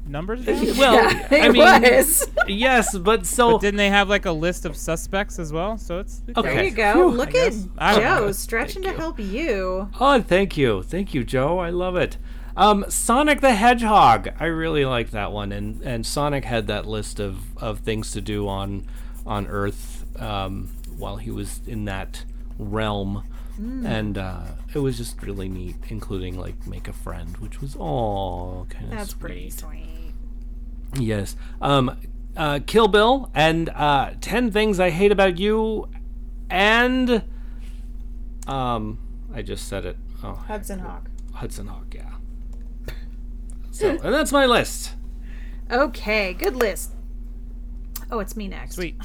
S4: numbers? down?
S2: well,
S3: yeah, it
S2: I mean,
S3: was.
S2: yes, but so
S4: But didn't they have like a list of suspects as well? So it's
S2: okay.
S3: There you go.
S2: Phew.
S3: Look
S4: I
S3: at
S4: guess. I don't
S3: Joe
S4: know.
S3: stretching to
S2: Thank you.
S3: help you.
S2: Oh, thank you. Thank you, Joe. I love it. Um, Sonic the Hedgehog. I really like that one. And and Sonic had that list of, of things to do on on Earth um, while he was in that realm. And uh, it was just really neat, including like make a friend, which was all kind of
S3: That's pretty sweet.
S2: Yes. Um, uh, Kill Bill and uh, 10 Things I Hate About You and. Um, I just said it. Oh,
S3: Hudson Hawk.
S2: Hudson Hawk, yeah. So, and that's my list.
S3: Okay, good list. Oh, it's me next.
S4: Sweet.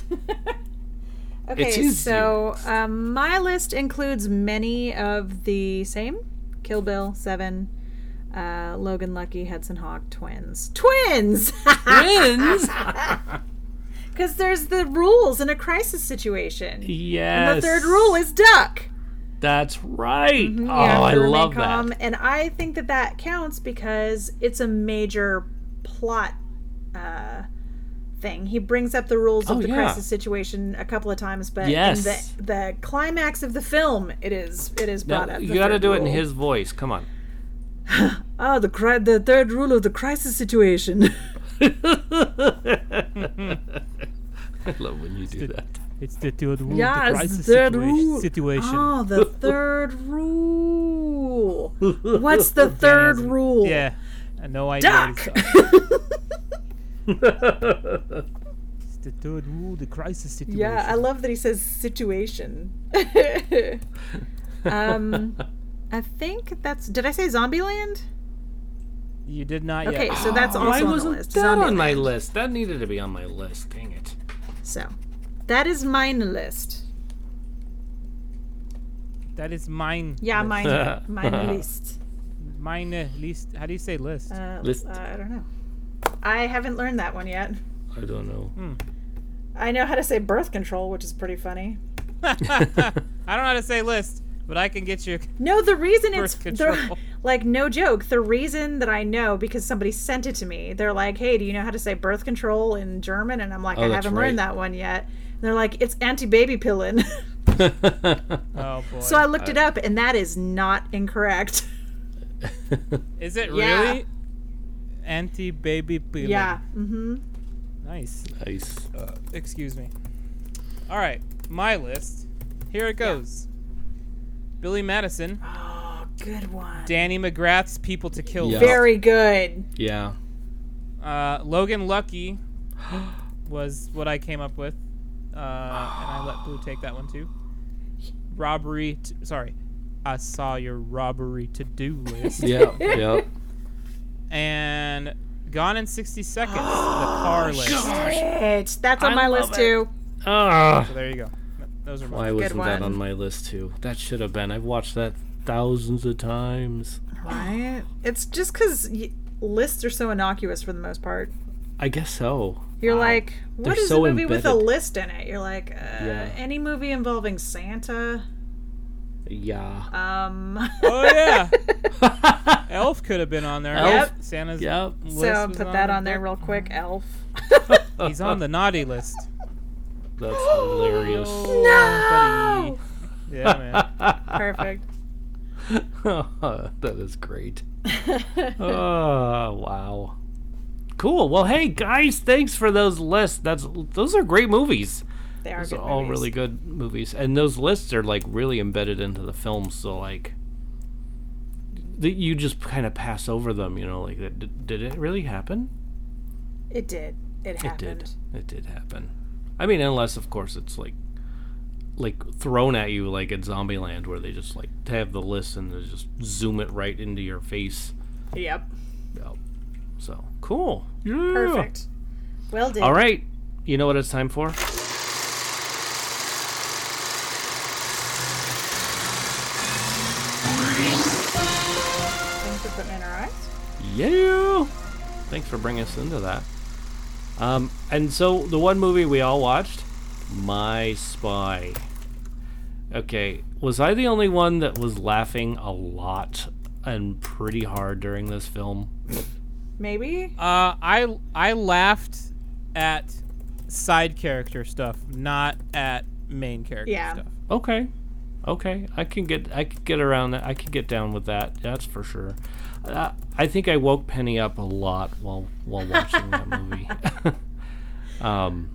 S3: Okay,
S2: It is
S3: so um, my list includes many of the same Kill Bill, Seven, uh, Logan Lucky, Hudson Hawk, Twins. Twins!
S2: Wins!
S3: Because there's the rules in a crisis situation.
S2: yes.
S3: And the third rule is duck.
S2: That's right. Oh,
S3: You have
S2: I
S3: to remain
S2: love
S3: calm,
S2: that.
S3: And I think that that counts because it's a major plot uh, thing. He brings up the rules
S2: Oh,
S3: of the
S2: yeah.
S3: crisis situation a couple of times, but
S2: Yes.
S3: in the, the climax of the film, it is it is brought
S2: Now,
S3: up.
S2: you
S3: got to
S2: do it in his voice. Come on.
S3: Ah, the cri- the third rule of the crisis situation.
S2: I love when you do that.
S4: It's the third rule.
S3: Yeah,
S4: the
S3: it's
S4: crisis
S3: the third
S4: situa-
S3: rule.
S4: situation.
S3: Ah, the third rule. What's the third rule?
S4: Yeah. I no idea. what
S3: Duck.
S4: it's- It's the third rule. The crisis situation.
S3: Yeah, I love that he says situation. um, I think that's. Did I say Zombieland?
S4: You did not
S3: Okay,
S4: yet.
S3: so that's also
S2: Why
S3: on the
S2: wasn't
S3: list,
S2: that on
S3: Zombieland.
S2: my list? That needed to be on my list. Dang it.
S3: So, that is mine list.
S4: That is mine.
S3: Yeah,
S4: list.
S3: mine, mine list.
S4: Mine uh, least. How do you say list?
S3: Uh,
S2: List.
S3: uh, I don't know. I haven't learned that one yet.
S2: I don't know.
S3: I know how to say birth control, which is pretty funny.
S2: Hmm.
S4: I don't know how to say list, but I can get you.
S3: No, the reason it's
S4: Birth
S3: the-
S4: control.
S3: like no joke. The reason that I know because somebody sent it to me. They're like, "Hey, do you know how to say birth control in German?" And I'm like,
S2: Oh,
S3: "I
S2: that's
S3: haven't
S2: right.
S3: learned that one yet." And they're like, "It's anti-baby pillin."
S4: Oh boy.
S3: so I looked it up, and that is not incorrect.
S4: is it
S3: Yeah.
S4: really? Anti-baby pillow.
S3: yeah. Mm-hmm.
S4: Nice. Uh,
S2: nice.
S4: Excuse me. All right, my list. Here it goes. Billy Madison,
S3: Oh, good one.
S4: Danny McGrath's People to Kill.
S2: Yeah.
S3: Very good.
S2: Yeah.
S4: Uh, Logan Lucky was what I came up with, uh, and I let Blue take that one too. Robbery. T- sorry, I saw your robbery to do list.
S2: Yeah. Yeah.
S4: and Gone in 60 Seconds, the car list.
S3: Shit, that's on
S2: I
S3: my
S2: love
S3: list
S2: it.
S3: too.
S2: Ah.
S4: So there you go. Th- Those are
S2: Why
S4: mine.
S2: wasn't that
S3: one.
S2: on my list too? That should have been. I've watched that thousands of times.
S3: Right? It's just because lists are so innocuous for the most part.
S2: I guess so.
S3: You're like, what
S2: They're
S3: is
S2: so
S3: a movie with a
S2: embedded.
S3: list in it? You're like, uh,
S2: Yeah.
S3: any movie involving Santa.
S2: Yeah.
S3: Um,
S4: Oh yeah, Elf could have been on there.
S2: Elf?
S4: Elf, Santa's
S2: Yep.
S4: list
S3: so
S4: was
S3: put that on there
S4: book.
S3: real quick, Elf.
S4: He's on the naughty list.
S2: That's hilarious.
S4: no. Yeah, man.
S3: Perfect.
S2: that is great. oh, wow. Cool. Well, hey guys, thanks for those lists. That's those are great movies.
S3: They are
S2: Those
S3: good
S2: are all
S3: movies.
S2: really good movies, and those lists are like really embedded into the film. So like, that you just kind of pass over them. You know, like that. Did, did it really happen?
S3: It did. It
S2: It
S3: happened.
S2: did. It did happen. I mean, unless of course it's like, like thrown at you like at Zombieland, where they just like have the list and they just zoom it right into your face.
S3: Yep.
S2: Yep. So cool. Yeah.
S3: Perfect. Well did.
S2: All right. You know what it's time for?
S3: Thanks for putting it in our eyes.
S2: Yeah. Thanks for bringing us into that. Um, and so the one movie we all watched, My Spy. Okay, was I the only one that was laughing a lot and pretty hard during this film?
S3: Maybe.
S4: Uh, I I laughed at side character stuff, not at main character
S3: Yeah.
S4: stuff.
S2: Okay. Okay, I can get I can get around that. I can get down with that. That's for sure. Uh, I think I woke Penny up a lot while while watching that movie. um,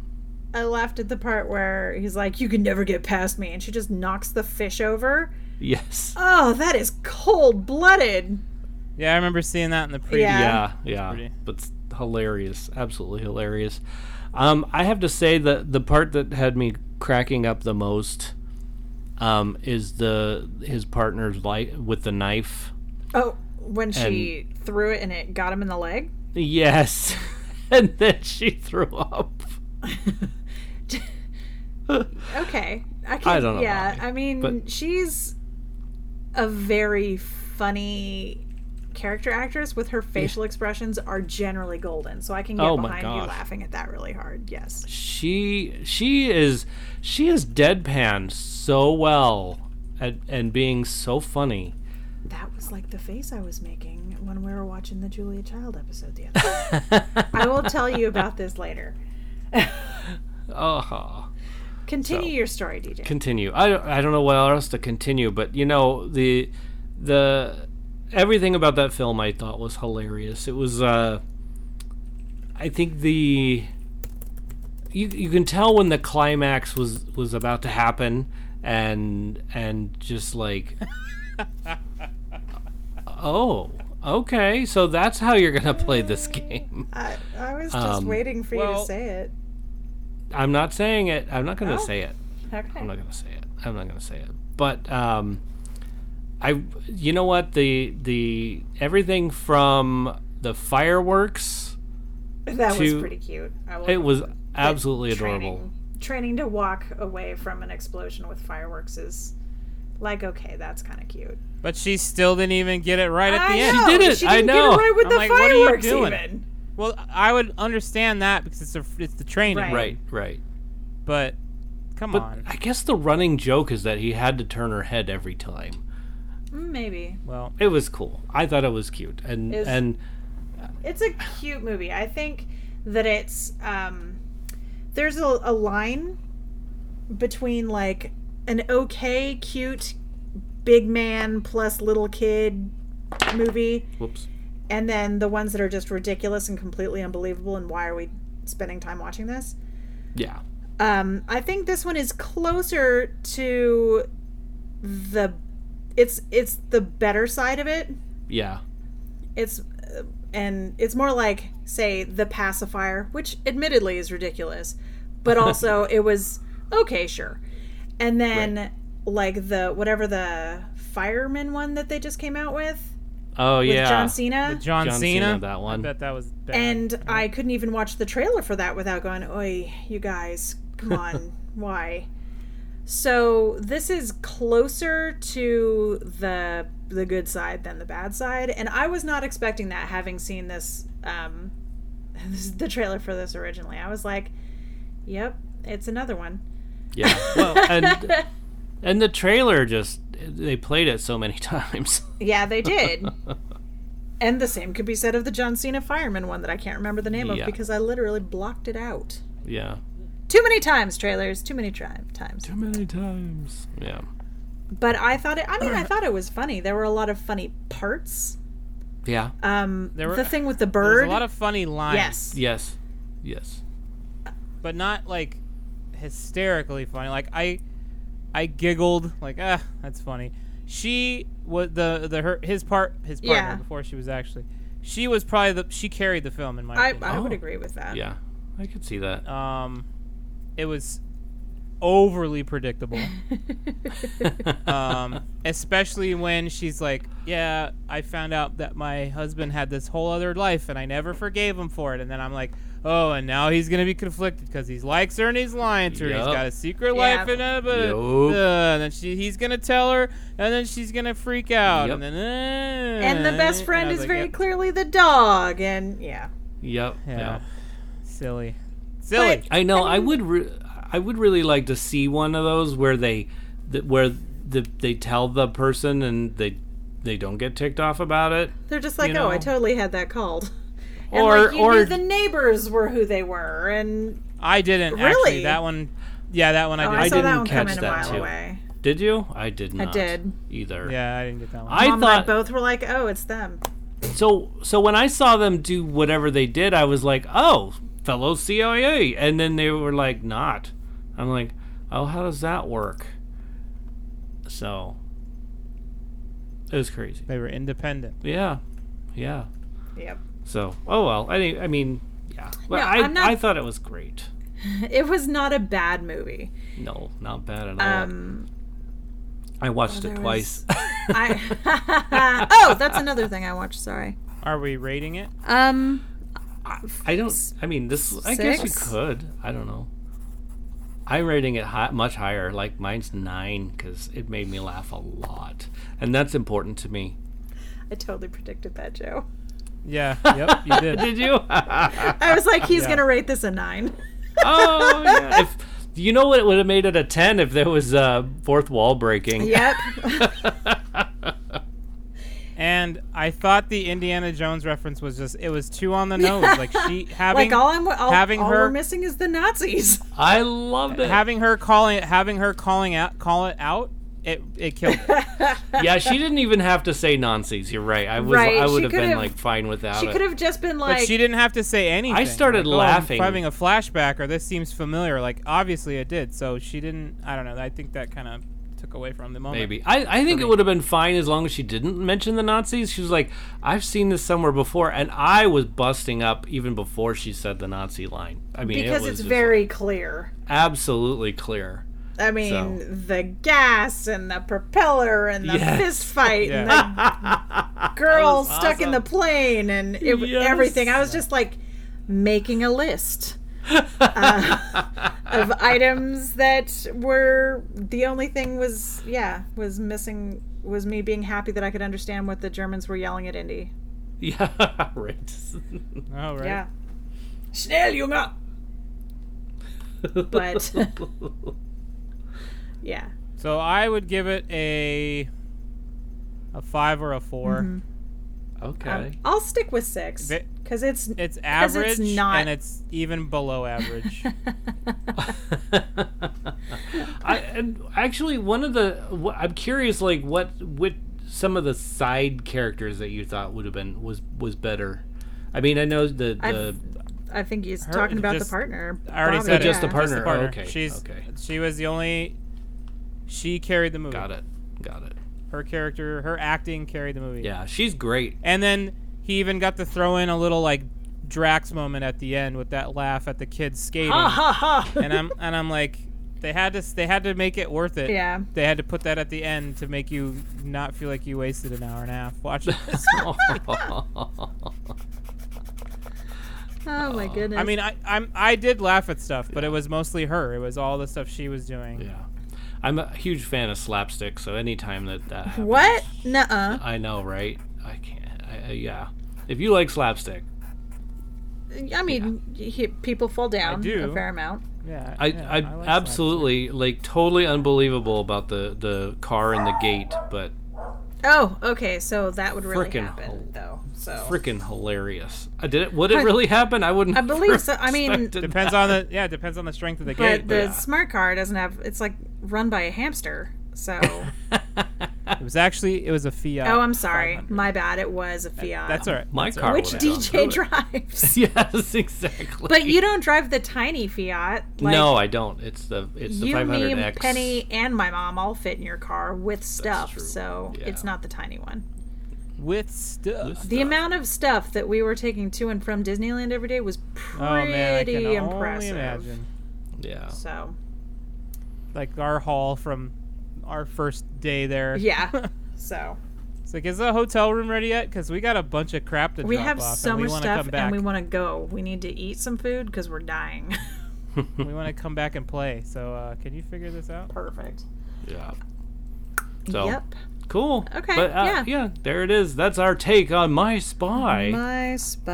S3: I laughed at the part where he's like, "You can never get past me," and she just knocks the fish over.
S2: yes.
S3: Oh, that is cold blooded.
S4: Yeah, I remember seeing that in the preview.
S3: Yeah.
S2: yeah yeah
S4: pretty.
S2: but s- hilarious absolutely hilarious um i have to say that the part that had me cracking up the most um is the his partner's light with the knife
S3: Oh, when she threw it and it got him in the leg.
S2: yes and then she threw up
S3: Okay, I can.
S2: I don't know
S3: Yeah,
S2: why,
S3: I mean,
S2: but-
S3: she's a very funny character actress. With her facial expressions are generally golden, so I can get
S2: Oh my
S3: behind you
S2: gosh.
S3: laughing at that really hard. Yes.
S2: she she is she is deadpan so well at, and being so funny
S3: That was like the face I was making when we were watching the Julia Child episode the other day. I will tell you about this later.
S2: oh
S3: Continue your story, DJ.
S2: continue. I don't, I don't know what else to continue, but you know the the everything about that film I thought was hilarious. It was uh I think the you you can tell when the climax was was about to happen and and just like oh okay so that's how you're gonna play this game
S3: I, I was just
S2: Um,
S3: waiting for you
S4: well-
S3: to say it.
S2: i'm not saying it i'm not gonna
S3: Oh.
S2: say it I'm
S3: Okay.
S2: not gonna say it. I'm not gonna say it. But um, I, you know what the the everything from the fireworks,
S3: That was
S2: to-
S3: pretty cute. I will
S2: it was absolutely
S3: training,
S2: adorable.
S3: Training to walk away from an explosion with fireworks is like okay, that's kind of cute.
S4: But she still didn't even get it right at
S3: I
S4: the end.
S3: know,
S2: did it,
S3: She
S2: I
S3: didn't
S2: know.
S3: Get it right with
S4: I'm
S3: the
S4: like, what are you
S3: fireworks
S4: doing?
S3: even.
S4: Well, I would understand that because it's a, it's the training.
S3: Right.
S2: Right, right.
S4: But come
S2: But
S4: on.
S2: I guess the running joke is that he had to turn her head every time.
S3: Mm, Maybe
S4: Well,
S2: It was cool. I thought it was cute, and
S3: Is-
S2: and
S3: it's a cute movie. I think that it's um, there's a, a line between like an okay, cute, big man plus little kid movie,
S2: whoops.
S3: and then the ones that are just ridiculous and completely unbelievable. And why are we spending time watching this?
S2: Yeah,
S3: Um, I think this one is closer to the it's it's the better side of it.
S2: yeah,
S3: It's uh, and it's more like say the pacifier, which admittedly is ridiculous, but also it was okay, sure. And then like the whatever the fireman one that they just came out with
S2: oh
S3: with
S2: yeah.
S3: John Cena.
S4: the John,
S2: John Cena,
S4: Cena,
S2: that
S4: I
S2: one.
S4: bet that was bad.
S3: and I couldn't even watch the trailer for that without going, "Oi, you guys, come on, why?" So this is closer to the the good side than the bad side, and I was not expecting that having seen this um this the trailer for this originally. I was like, yep, it's another one.
S2: Yeah. Well, and and the trailer just they played it so many times.
S3: Yeah, they did. and the same could be said of the John Cena fireman one that I can't remember the name
S2: Yeah.
S3: of because I literally blocked it out.
S2: yeah.
S3: Too many times trailers, too many tri- times.
S2: Too many times. Yeah.
S3: But I thought it I mean, I thought it was funny. There were a lot of funny parts.
S2: Yeah.
S3: Um
S4: There were-
S3: the thing with the
S4: There was
S3: bird.
S4: a lot of funny lines.
S3: yes.
S2: Yes. Yes.
S4: but not like hysterically funny. Like I, I giggled. Like ah, that's funny. She was the the her his part his partner
S3: Yeah.
S4: before she was actually. She was probably the she carried the film in my
S3: I,
S4: opinion.
S3: I would
S2: Oh.
S3: agree with that.
S2: Yeah. I could see that.
S4: Um, it was overly predictable. um, especially when she's like, "Yeah, I found out that my husband had this whole other life, and I never forgave him for it." And then I'm like, "Oh, and now he's gonna be conflicted because he likes her and he's lying to her. He's
S2: Yup.
S4: got a secret
S3: Yeah.
S4: life and uh, but
S2: Yup.
S4: uh, and then she, he's gonna tell her, and then she's gonna freak out,
S2: Yup.
S4: and then uh,
S3: And the best friend
S4: I was
S3: is
S4: like,
S3: very
S4: "Yep,
S3: clearly the dog and yeah.
S2: Yep.
S4: Yeah.
S2: yeah.
S4: silly, silly."
S2: I know. I would. Re- I would really like to see one of those where they, th- where the, they tell the person and they, they don't get ticked off about it.
S3: They're just like,
S2: You
S3: "Oh, I
S2: know?
S3: totally had that called." And
S2: Or-
S3: like you
S2: or-
S3: knew the neighbors were who they were and
S4: I didn't actually.
S3: Really?
S4: That one, yeah, that one
S3: oh,
S4: I
S3: I,
S4: didn't.
S3: saw
S2: didn't
S3: that one
S2: catch
S3: coming a
S2: that,
S3: mile
S2: too.
S3: away.
S2: Did you? I did not.
S3: did.
S2: either.
S4: yeah, I didn't get that one.
S2: I
S3: Mom and I
S2: thought
S3: both were like, "Oh, it's them."
S2: so. So when I saw them do whatever they did, I was like, "Oh, fellow CIA," and then they were like, "Not." I'm like, "Oh, how does that work?" So it was crazy.
S4: they were independent.
S2: Yeah, yeah.
S3: Yep.
S2: So, oh well. I think- I mean, yeah. Well,
S3: No,
S2: I
S3: I'm not-
S2: I thought it was great.
S3: It was not a bad movie.
S2: No, not bad at all.
S3: Um oh,
S2: I watched
S3: there
S2: it twice.
S3: I Oh, that's another thing I watched, sorry.
S4: Are we rating it?
S3: Um
S2: I don't. I mean, this. I guess you
S3: Six?
S2: could. I don't know. I'm rating it high, much higher. Like mine's nine because it made me laugh a lot, and that's important to me.
S3: I totally predicted that, Joe.
S4: Yeah. Yep. You did.
S2: Did you?
S3: I was like, he's
S4: Yeah.
S3: gonna rate this a nine.
S2: oh yeah. If you know what it would have made it a ten if there was uh, fourth wall breaking.
S3: Yep.
S4: And I thought the Indiana Jones reference was just—it was too on the nose. Like she having
S3: like all I'm all,
S4: having
S3: all
S4: her
S3: we're missing is the Nazis.
S2: I loved it.
S4: having her calling it having her calling out call it out. It it killed. It.
S2: yeah, she didn't even have to say nonsense. You're right. I was.
S3: Right,
S2: I would
S3: she
S2: have
S3: could
S2: been
S3: have-
S2: like fine without
S3: She
S2: it.
S3: could have just been
S4: But
S3: like
S4: she didn't have to say anything.
S2: started
S4: Like, oh, I'm
S2: laughing.
S4: having a flashback, or this seems familiar. Like obviously it did. So she didn't. I don't know. I think that kind of took away from the moment.
S2: Maybe. I, I think it would have been fine as long as she didn't mention the Nazis. She was like, I've seen this somewhere before. And I was busting up even before she said the Nazi line. I mean,
S3: because
S2: it was
S3: it's
S2: just,
S3: very clear.
S2: like, absolutely clear.
S3: I mean, the gas and the propeller and the
S2: Yes.
S3: fist fight
S4: Yeah.
S3: and the girl stuck in the plane and it,
S2: Yes.
S3: everything. I was just like making a list uh, of items that were the only thing was yeah was missing was me being happy that I could understand what the Germans were yelling at Indy.
S2: Yeah, right.
S4: Oh right.
S3: Yeah, schnell, Junge. But yeah,
S4: So I would give it a a five or a 4
S3: Mm-hmm.
S2: okay.
S3: Um, I'll stick with six
S4: Ve-
S3: because it's
S4: It's
S3: it's
S4: average,
S3: not-
S4: and it's even below average.
S2: I and actually one of the wh- I'm curious like what what some of the side characters that you thought would have been was was better. I mean, I know the, the
S3: I've- I think he's talking about the
S4: just-
S3: partner.
S4: I already
S3: Bobby,
S4: said it.
S2: Just the
S3: yeah.
S2: partner.
S4: Just the partner.
S2: Okay,
S4: She's
S2: okay.
S4: she was the only. She carried the movie.
S2: got it. Got it.
S4: Her character, her acting carried the movie.
S2: Yeah, she's great.
S4: And then he even got to throw in a little like Drax moment at the end with that laugh at the kids skating.
S3: Ha ha.
S4: and I'm and I'm like, they had to s- they had to make it worth it.
S3: Yeah.
S4: They had to put that at the end to make you not feel like you wasted an hour and a half watching. this.
S3: Oh my goodness.
S4: I mean, I I'm, I did laugh at stuff, but it was mostly her. It was all the stuff she was doing.
S2: yeah. I'm a huge fan of slapstick, so anytime that that happens,
S3: What? Nuh-uh.
S2: I know, right? I can't. I, I, yeah. If you like slapstick,
S3: I mean, he, people fall down
S4: do.
S3: a fair amount.
S4: Yeah,
S2: I,
S4: yeah,
S2: I,
S4: like
S2: absolutely like totally unbelievable about the the car and the gate, but
S3: Oh, okay. So that would really
S2: Frickin'
S3: happen,
S2: hol-
S3: though. So
S2: freaking hilarious. I did it. Would it really happen? I wouldn't.
S3: I believe so. I mean,
S2: expected
S4: slapstick. Depends on the yeah, depends on the strength of the
S3: but
S4: gate.
S3: the
S4: But
S3: smart car doesn't have. It's like run by a hamster. So
S4: it was actually it was a Fiat.
S3: oh, I'm sorry. My bad. It was a Fiat.
S4: That's all right.
S2: My
S4: That's all
S2: car
S4: right.
S3: Which
S2: would
S3: DJ
S2: outdo it.
S3: drives?
S2: Yes, exactly.
S3: but you don't drive the tiny Fiat. Like,
S2: no, I don't. It's the it's the
S3: you, me,
S2: 500X.
S3: Penny, and my mom all fit in your car with stuff.
S2: true.
S3: So
S2: Yeah.
S3: it's not the tiny one.
S4: with stuff.
S3: The amount of stuff that we were taking to and from Disneyland every day was pretty
S4: Oh man, I can only
S3: impressive.
S4: imagine.
S2: Yeah.
S3: So,
S4: Like our haul from our first day there.
S3: yeah. so,
S4: It's like, is the hotel room ready yet? Because we got a bunch of crap to
S3: we
S4: drop
S3: have
S4: off,
S3: so
S4: and we
S3: much
S4: wanna
S3: stuff
S4: come back.
S3: and we want to go. We need to eat some food because we're dying.
S4: we want to come back and play. So uh, can you figure this out?
S3: Perfect.
S2: Yeah. So
S3: Yep.
S2: cool.
S3: Okay,
S2: But, uh,
S3: yeah.
S2: There it is. That's our take on my spy.
S3: My spy.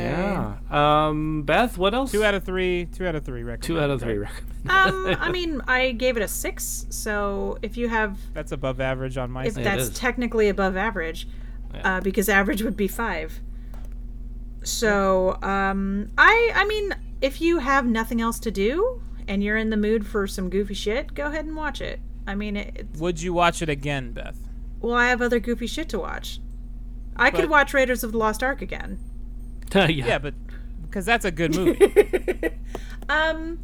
S2: yeah. Um, Beth, what else?
S4: Two out of three. Two out of three. Recommend.
S2: Two out of three.
S4: right?
S2: recommend.
S3: Um, I mean, I gave it a six. So if you have,
S4: That's above average on my
S3: if
S4: side.
S2: is.
S3: that's technically above average, uh, because average would be five. So um, I, I mean, if you have nothing else to do and you're in the mood for some goofy shit, go ahead and watch it. I mean, it, it's
S4: Would you watch it again, Beth?
S3: Well, I have other goofy shit to watch. I could
S4: But-
S3: watch Raiders of the Lost Ark again.
S2: yeah.
S4: Yeah, but because that's a good movie.
S3: Um,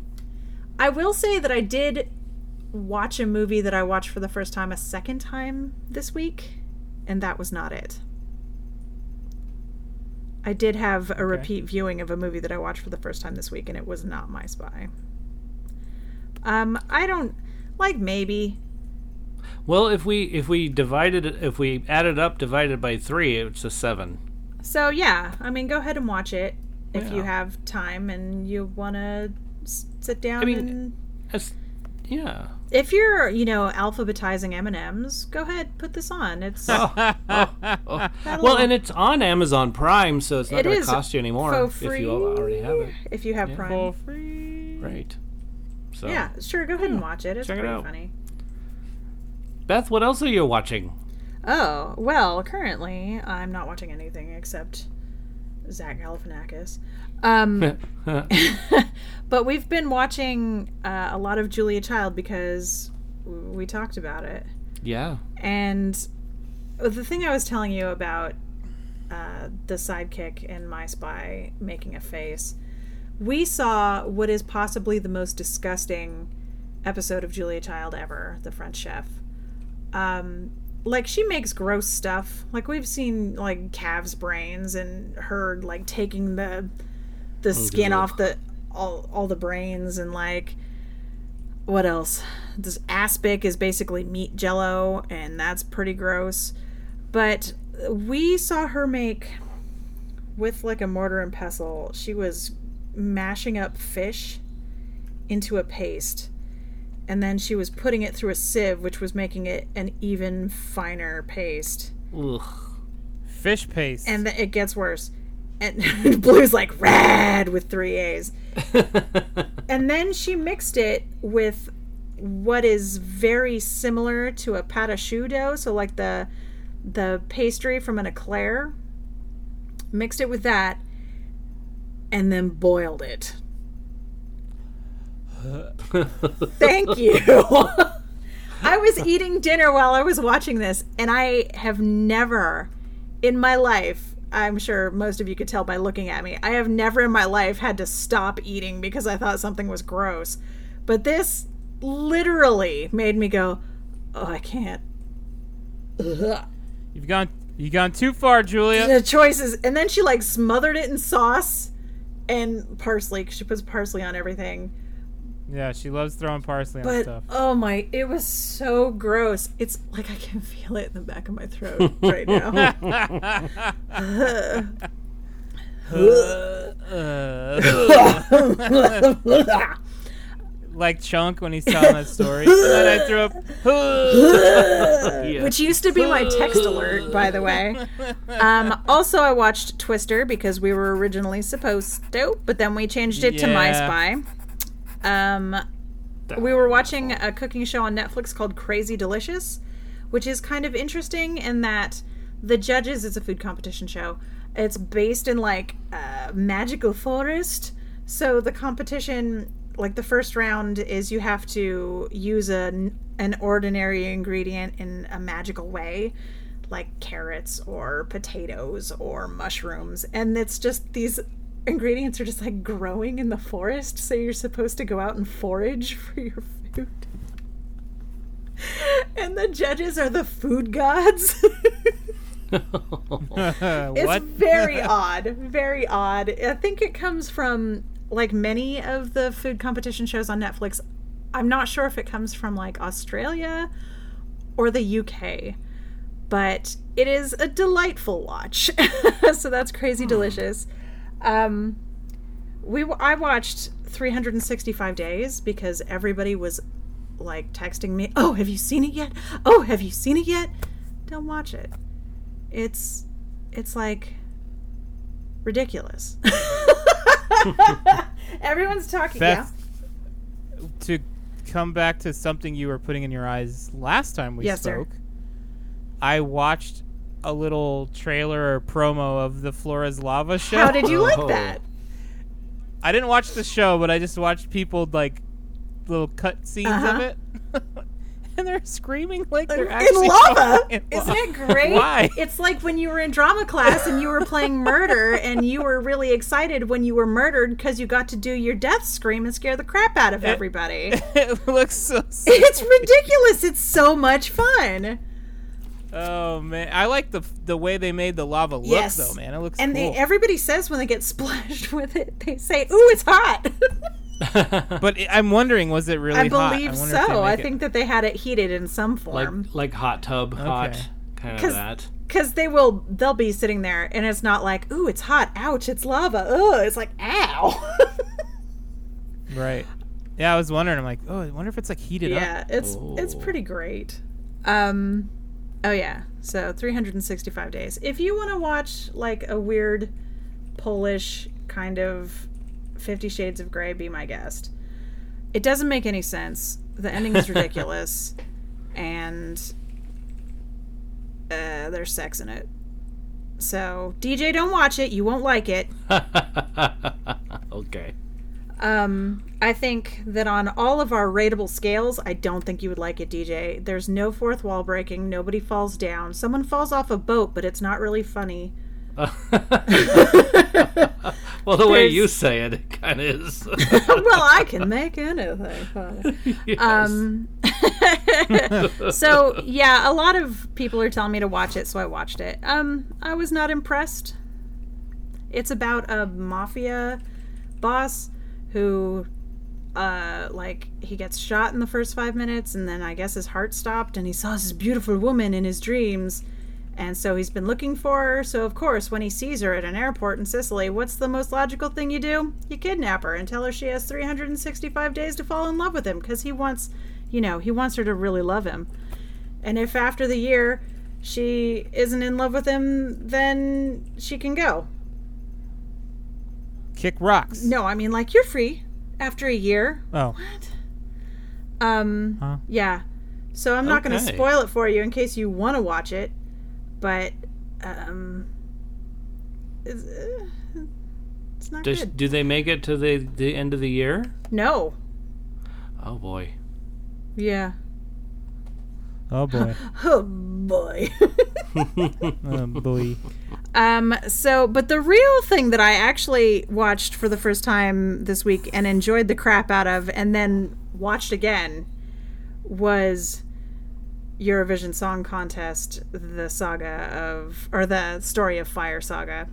S3: I will say that I did watch a movie that I watched for the first time a second time this week, and that was not it. I did have a repeat viewing of a movie that I watched for the first time this week, and it was not My Spy. Um, I don't like maybe.
S2: Well, if we if we divided it, if we added up divided by three, it's a seven.
S3: So yeah, I mean, go ahead and watch it if you
S2: Yeah.
S3: have time and you want to sit down.
S2: mean,
S3: and
S2: That's yeah.
S3: if you're, you know, alphabetizing M and M's, go ahead, put this on. It's
S2: Oh, Well, and it's on Amazon Prime, so it's not
S3: It
S2: going to
S3: is
S2: cost you any more
S3: for
S2: if you al- already have it.
S3: if you have Prime.
S4: For free.
S2: Right. So,
S3: yeah, sure. Go ahead and watch it. It's
S2: Hmm. check it
S3: pretty
S2: out.
S3: funny.
S2: Beth, what else are you watching?
S3: Oh well, currently I'm not watching anything except Zach Galifianakis. Um, but we've been watching uh, a lot of Julia Child because w- we talked about it.
S2: yeah.
S3: And the thing I was telling you about uh, the sidekick in My Spy making a face, we saw what is possibly the most disgusting episode of Julia Child ever, The French Chef. Um, like she makes gross stuff. Like we've seen like calves brains and her like taking the the skin off the all all the brains and like what else? This aspic is basically meat jello, and that's pretty gross. But we saw her make with like a mortar and pestle. She was mashing up fish into a paste, and then she was putting it through a sieve, which was making it an even finer paste.
S2: Ugh.
S4: Fish paste.
S3: And th- it gets worse. And Blue's like red with three A's. and then she mixed it with what is very similar to a pate à choux dough, so like the the pastry from an eclair. Mixed it with that, and then boiled it. Thank you. I was eating dinner while I was watching this, and I have never in my life, I'm sure most of you could tell by looking at me, I have never in my life had to stop eating because I thought something was gross. But this literally made me go, oh, I can't. Ugh.
S4: you've gone. You've gone too far, Julia.
S3: The choices. And then she like smothered it in sauce and parsley. 'cause She puts parsley on everything.
S4: Yeah, she loves throwing parsley on
S3: But
S4: stuff.
S3: oh my, it was so gross. It's like I can feel it in the back of my throat right now.
S4: Uh, like Chunk when he's telling that story. and then I threw up.
S2: Yeah.
S3: which used to be my text alert, by the way. Um, also, I watched Twister because we were originally supposed to, but then we changed it to My
S4: Yeah.
S3: Spy. Um,
S2: That
S3: we were watching a cooking show on Netflix called Crazy Delicious, which is kind of interesting in that the judges is a food competition show. It's based in like a magical forest. So the competition, like the first round, is you have to use an an ordinary ingredient in a magical way, like carrots or potatoes or mushrooms, and it's just these ingredients are just like growing in the forest. So you're supposed to go out and forage for your food. And the judges are the food gods. It's
S4: Uh, what?
S3: very odd. Very odd. I think it comes from like many of the food competition shows on Netflix. I'm not sure if it comes from like Australia or the UK, but it is a delightful watch. so that's crazy delicious. Um, we w- I watched 365 days because everybody was like texting me, "Oh, have you seen it yet? Oh, have you seen it yet?" Don't watch it. It's it's like ridiculous. Everyone's talking.
S4: Beth, to come back to something you were putting in your eyes last time we
S3: Yes, sir.
S4: spoke, I watched a little trailer or promo of the Flores Lava show.
S3: yeah. How did you like
S2: Oh.
S3: that?
S4: I didn't watch the show, but I just watched people like little cut scenes of
S3: Uh-huh.
S4: it. and they're screaming like they're
S3: In
S4: actually
S3: lava.
S4: in
S3: Isn't
S4: lava.
S3: it great?
S4: Why?
S3: It's like when you were in drama class and you were playing murder and you were really excited when you were murdered because you got to do your death scream and scare the crap out of everybody.
S4: it looks so sick.
S3: it's ridiculous. It's so much fun.
S4: Oh man, I like the the way they made the lava look
S3: Yes.
S4: though, man. It looks
S3: And
S4: cool.
S3: they, everybody says when they get splashed with it, they say, "Ooh, it's hot."
S4: but i I'm wondering, was it really
S3: I
S4: hot?
S3: believe
S4: wonder if they
S3: so. I
S4: make it-
S3: think that they had it heated in some
S2: like
S3: form
S2: like hot tub hot kind of
S3: um, 'Cause-
S2: that.
S3: because they will. They'll be sitting there, and it's not like, "Ooh, it's hot." Ouch! It's lava. Oh, it's like, "Ow."
S4: right. Yeah, I was wondering. I'm like, oh, I wonder if it's like heated up.
S3: yeah, it's it's pretty great. Um, oh yeah. So 365 days. If you want to watch like a weird Polish kind of Fifty Shades of Grey, be my guest. It doesn't make any sense. The ending is ridiculous, and uh, there's sex in it. So DJ, don't watch it. You won't like it.
S2: okay.
S3: Um, I think that on all of our rateable scales, I don't think you would like it, DJ. There's no fourth wall breaking. Nobody falls down. Someone falls off a boat, but it's not really funny.
S2: Well, the way
S3: There's-
S2: you say it, it kind of is.
S3: well, I can make anything funny.
S2: Yes.
S3: Um, so yeah, a lot of people are telling me to watch it, so I watched it. Um, I was not impressed. It's about a mafia boss who, uh, like he gets shot in the first five minutes, and then I guess his heart stopped, and he saw this beautiful woman in his dreams. And so he's been looking for her. So, of course, when he sees her at an airport in Sicily, what's the most logical thing you do? You kidnap her and tell her she has 365 days to fall in love with him because he wants, you know, he wants her to really love him. And if after the year she isn't in love with him, then she can go.
S4: Kick rocks.
S3: No, I mean, like, you're free after a year.
S4: Oh,
S3: Um,
S4: Huh.
S3: yeah. So I'm not going to
S2: Okay.
S3: spoil it for you in case you want to watch it, but um, it's, uh, it's not
S2: Does,
S3: good.
S2: do they make it to the the end of the year?
S3: No.
S2: Oh boy.
S3: Yeah.
S4: oh boy,
S3: Oh boy.
S4: oh boy.
S3: um. So, but the real thing that I actually watched for the first time this week and enjoyed the crap out of, and then watched again, was Eurovision Song Contest: The Saga of, or the Story of Fire Saga,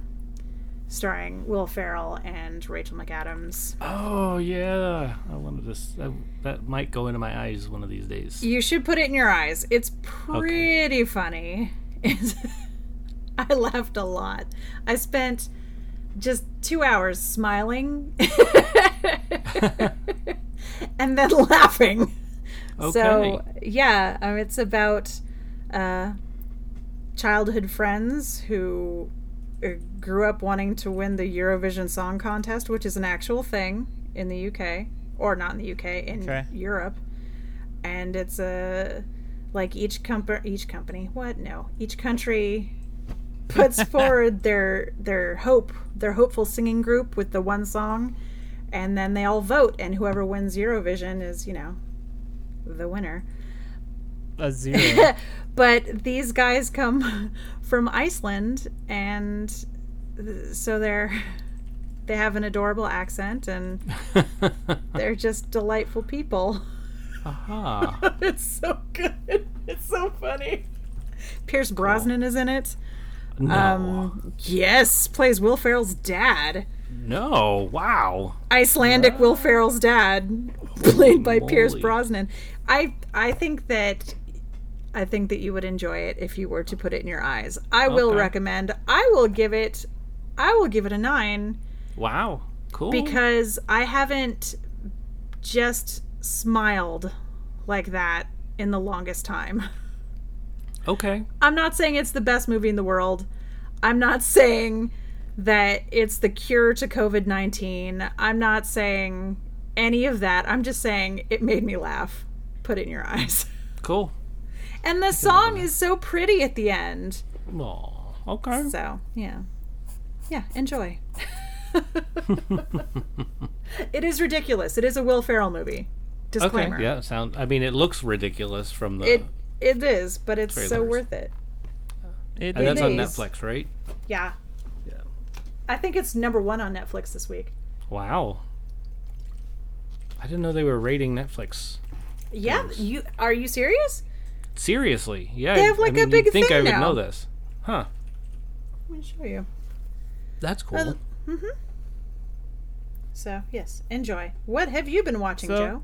S3: starring Will Ferrell and Rachel McAdams.
S2: Oh yeah. I wanted to. s- That, that might go into my eyes one of these days.
S3: You should put it in your eyes. It's pretty funny. It's- I laughed a lot. I spent just two hours smiling. and and then laughing.
S2: Okay.
S3: So yeah, um, it's about uh, childhood friends who uh, grew up wanting to win the Eurovision Song Contest, which is an actual thing in the UK, or not in the UK in
S4: Okay.
S3: Europe, and it's a like each company, each company, what? No, each country puts forward their their hope, their hopeful singing group with the one song, and then they all vote, and whoever wins Eurovision is you know the winner.
S4: a zero.
S3: But these guys come from Iceland, and th- so they're they have an adorable accent, and they're just delightful people.
S2: Aha.
S3: It's so good. It's so funny. Pierce Brosnan is in it.
S2: No.
S3: Um, yes, plays Will Ferrell's dad.
S2: no. Wow.
S3: Icelandic Will Ferrell's dad, played by Pierce
S2: moly.
S3: Brosnan. I I think that I think that you would enjoy it if you were to put it in your eyes. I will
S2: Okay.
S3: recommend. I will give it. I will give it a nine
S2: Wow. Cool.
S3: because I haven't just smiled like that in the longest time.
S2: okay.
S3: I'm not saying it's the best movie in the world. I'm not saying that it's the cure to COVID 19. I'm not saying any of that. I'm just saying it made me laugh. Put it in your eyes.
S2: Cool.
S3: And the song is so pretty at the end.
S2: Oh. Okay.
S3: So, yeah. Yeah, enjoy. it is ridiculous. It is a Will Ferrell movie.
S2: Okay.
S3: Disclaimer.
S2: Yeah. Sound. I mean, it looks ridiculous from the.
S3: It it is, but it's so
S2: Trailers.
S3: worth it.
S4: It
S2: and that's
S4: is-
S2: on
S3: is.
S2: Netflix, right?
S3: Yeah.
S2: Yeah.
S3: I think it's number 1 on Netflix this week.
S2: Wow. I didn't know they were rating Netflix.
S3: Yeah, you are you serious?
S2: Seriously. Yeah.
S3: They have,
S2: I
S3: like, a
S2: mean,
S3: big
S2: you'd think
S3: thing
S2: I would
S3: now.
S2: know this. Huh.
S3: Let me show you.
S2: That's cool.
S3: Well- So yes, enjoy. What have you been watching, Joe?
S4: So-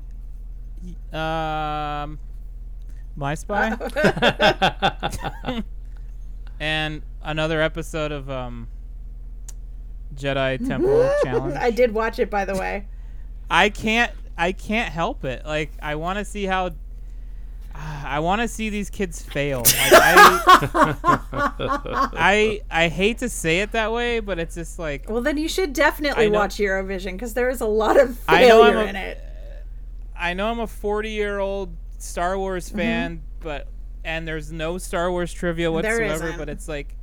S4: um, my spy
S3: Oh.
S4: and another episode of um, Jedi Temple Challenge.
S3: I did watch it, by the way.
S4: I can't I can't help it. Like I want to see how Ah, I want to see these kids fail. Like, I, I I hate to say it that way, but it's just like
S3: Well, then you should
S4: I
S3: definitely
S4: know-
S3: watch Eurovision because there is a lot of
S4: I know I'm
S3: failure
S4: a-
S3: in it.
S4: I know I'm a 40 year old Star Wars fan, but and there's no Star Wars trivia
S3: Mm-hmm. There
S4: whatsoever.
S3: isn't.
S4: But it's like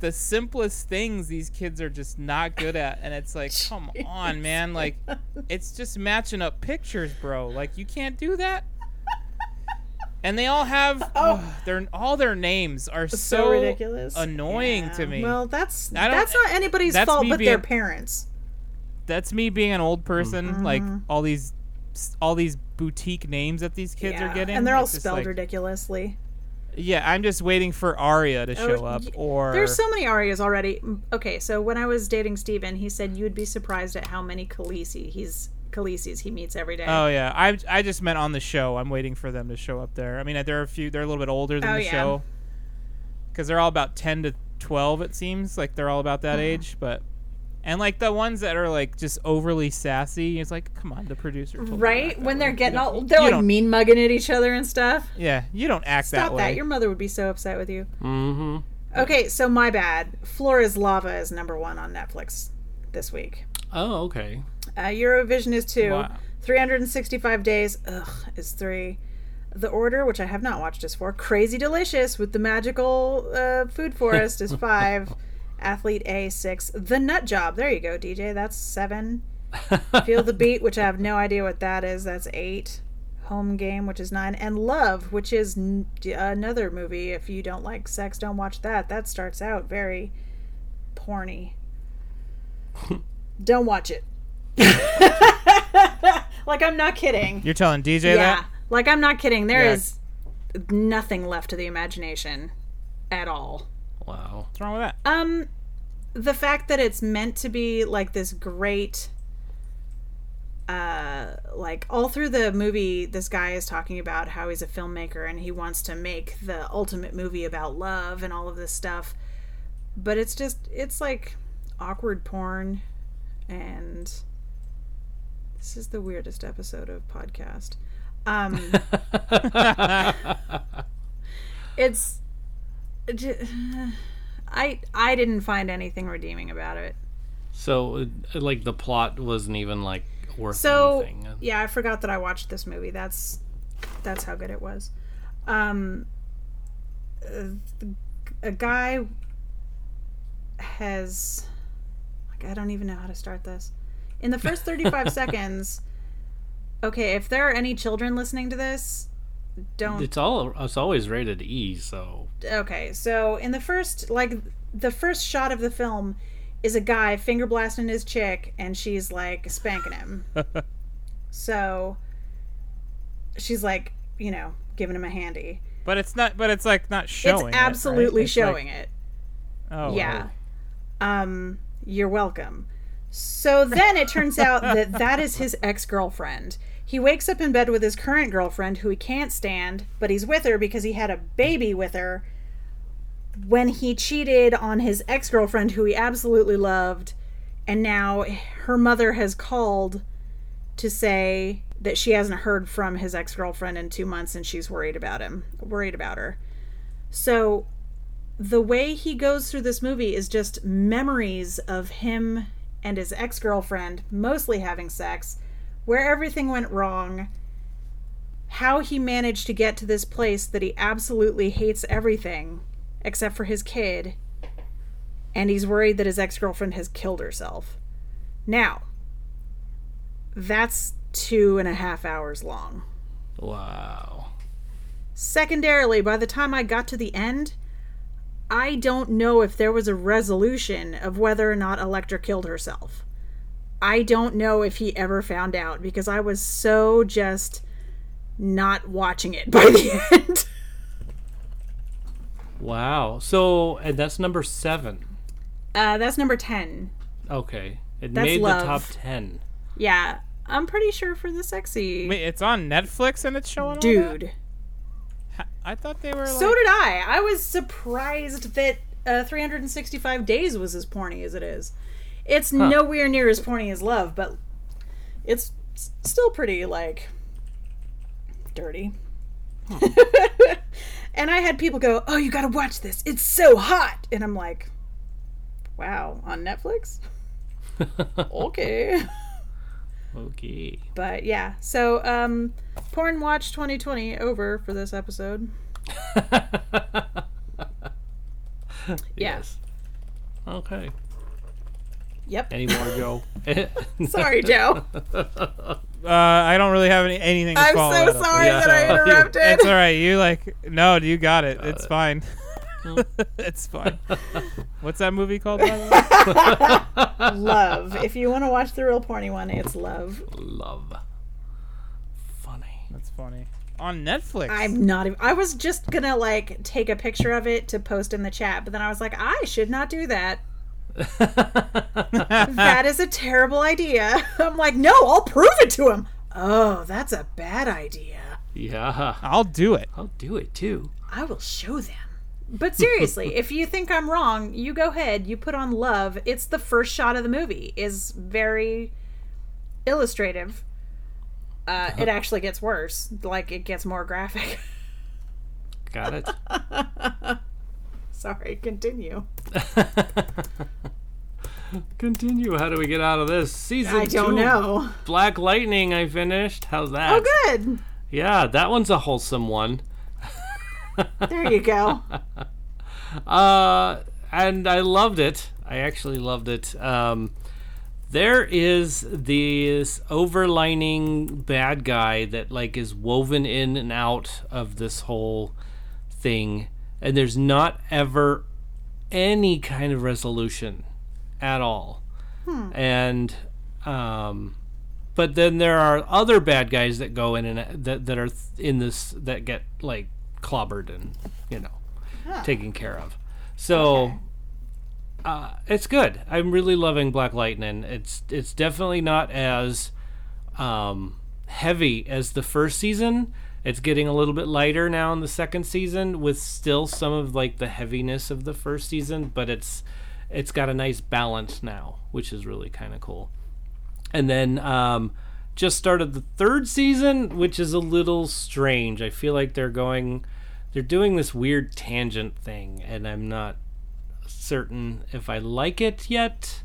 S4: the simplest things these kids are just not good at, and it's like, come on, man! Like it's just matching up pictures, bro. Like you can't do that. And they all have ugh, their all their names are so,
S3: Oh. So, ridiculous,
S4: annoying
S3: Yeah.
S4: to me.
S3: Well, that's
S4: I don't-
S3: that's not anybody's
S4: that's
S3: fault
S4: me
S3: but their
S4: being-
S3: parents.
S4: that's me being an old person.
S3: Mm-hmm.
S4: Like all these all these boutique names that these kids
S3: Yeah.
S4: are getting,
S3: and they're all
S4: it's just
S3: spelled
S4: like-
S3: ridiculously.
S4: Yeah, I'm just waiting for Arya to show up
S3: Oh, y-
S4: or
S3: There's so many arias already. Mm, Okay, so when I was dating Steven, he said you'd be surprised at how many Khaleesi he's Khaleesi's he meets every day.
S4: Oh yeah, I I just meant on the show. I'm waiting for them to show up there. I mean, uh, they're a few. They're a little bit older than
S3: Oh,
S4: the
S3: yeah.
S4: show because they're all about ten to twelve. It seems like they're all about that
S3: Mm-hmm.
S4: age. But and like the ones that are like just overly sassy, it's like, come on, the producer. Told you
S3: right
S4: that.
S3: when they're getting all
S4: you
S3: they're like
S4: don't-
S3: mean mugging at each other and stuff.
S4: Yeah, you don't act
S3: Stop that,
S4: that way.
S3: Your mother would be so upset with you.
S2: mm-hmm.
S3: Okay, so my bad. Flora's Lava is number one on Netflix this week.
S2: Oh, okay.
S3: Uh, Eurovision is two.
S4: Wow.
S3: 365 Days ugh, is three. The Order, which I have not watched, is four. Crazy Delicious with the magical uh, food forest is five. Athlete A, six. The Nut Job. There you go, DJ. That's seven. Feel the Beat, which I have no idea what that is. That's eight. Home Game, which is nine. And Love, which is n- d- another movie. If you don't like sex, don't watch that. That starts out very porny. don't watch it. like, I'm not kidding.
S4: You're telling DJ
S3: Yeah.
S4: that?
S3: Like I'm not kidding. There
S4: Yeah.
S3: is nothing left to the imagination at all.
S2: Wow.
S4: What's wrong with that?
S3: Um the fact that it's meant to be like this great uh like all through the movie this guy is talking about how he's a filmmaker and he wants to make the ultimate movie about love and all of this stuff. But it's just it's like awkward porn and This is the weirdest episode of podcast. Um, it's I I didn't find anything redeeming about it.
S2: so, uh, like, the plot wasn't even like worth
S3: So
S2: anything. uh,
S3: yeah, I forgot that I watched this movie. That's that's how good it was. Um, uh, a guy has like I don't even know how to start this. In the first thirty-five seconds, okay. If there are any children listening to this, don't
S2: It's all. It's always rated E. So
S3: okay so in the first like the first shot of the film is a guy finger blasting his chick and she's like spanking him so she's like you know giving him a handy
S4: But it's not. But it's like not showing. it, right?
S3: it's absolutely
S4: It's like-
S3: showing it
S4: oh,
S3: yeah um you're welcome so then it turns out that that is his ex-girlfriend he wakes up in bed with his current girlfriend who he can't stand but he's with her because he had a baby with her when he cheated on his ex-girlfriend who he absolutely loved and now her mother has called to say that she hasn't heard from his ex-girlfriend in 2 months and she's worried about him worried about her so the way he goes through this movie is just memories of him and his ex girlfriend mostly having sex, where everything went wrong, how he managed to get to this place that he absolutely hates everything except for his kid, and he's worried that his ex girlfriend has killed herself. Now, that's two and a half hours long.
S2: wow.
S3: Secondarily, by the time I got to the end, I don't know if there was a resolution of whether or not Electra killed herself. I don't know if he ever found out because I was so just not watching it by the end.
S2: Wow. So, and that's number seven.
S3: Uh, that's number 10.
S2: Okay. It
S3: That's
S2: made
S3: love.
S2: the top 10.
S3: Yeah, I'm pretty sure for the
S4: I
S3: sexy
S4: mean, it's on Netflix and it's showing. all that?
S3: dude.
S4: Ha- I thought they were. Like,
S3: So did I. I was surprised that uh, 365 Days was as porny as it is. It's nowhere near as porny as Love, but it's s- still pretty, like, dirty. and I had people go, Oh, you gotta watch this. It's so hot. And I'm like, Wow, on Netflix? okay.
S2: Okay.
S3: But yeah, so um, Porn Watch 2020 over for this episode.
S2: Yes. Okay.
S3: Yep.
S2: Any more, Joe?
S3: Sorry, Joe.
S4: Uh, I don't really have any, anything. To
S3: I'm
S4: follow
S3: so
S4: that up with.
S3: sorry
S2: Yeah.
S3: that I
S2: Sorry.
S3: interrupted.
S4: It's all right. You like no, you got it. It's fine. it's fine. What's that movie called? By the way?
S3: Love. If you want to watch the real porny one, it's Love.
S2: Love. Funny.
S4: That's funny. On Netflix.
S3: I'm not even. I was just gonna like take a picture of it to post in the chat, but then I was like, I should not do that. that is a terrible idea. I'm like, no, I'll prove it to him. Oh, that's a bad idea.
S2: Yeah.
S4: I'll do it.
S2: I'll do it too.
S3: I will show them. But seriously, if you think I'm wrong, you go ahead. You put on love. It's the first shot of the movie. is very illustrative. Uh, it actually gets worse. Like it gets more graphic.
S2: Got it.
S3: Sorry. Continue.
S2: Continue. How do we get out of this season?
S3: I don't
S2: two,
S3: know.
S2: Black Lightning. I finished. How's that?
S3: Oh, good.
S2: Yeah, that one's a wholesome one.
S3: There you go.
S2: Uh, and I loved it. I actually loved it. Um, there is this overlining bad guy that like is woven in and out of this whole thing, and there's not ever any kind of resolution at all. And um, but then there are other bad guys that go in and that that are in this that get like clobbered and you know taken care of. So uh, it's good. I'm really loving Black Lightning. It's it's definitely not as um, heavy as the first season. It's getting a little bit lighter now in the second season, with still some of like the heaviness of the first season, but it's it's got a nice balance now, which is really kind of cool. And then um, just started the third season, which is a little strange. I feel like they're going, they're doing this weird tangent thing, and I'm not certain if I like it yet.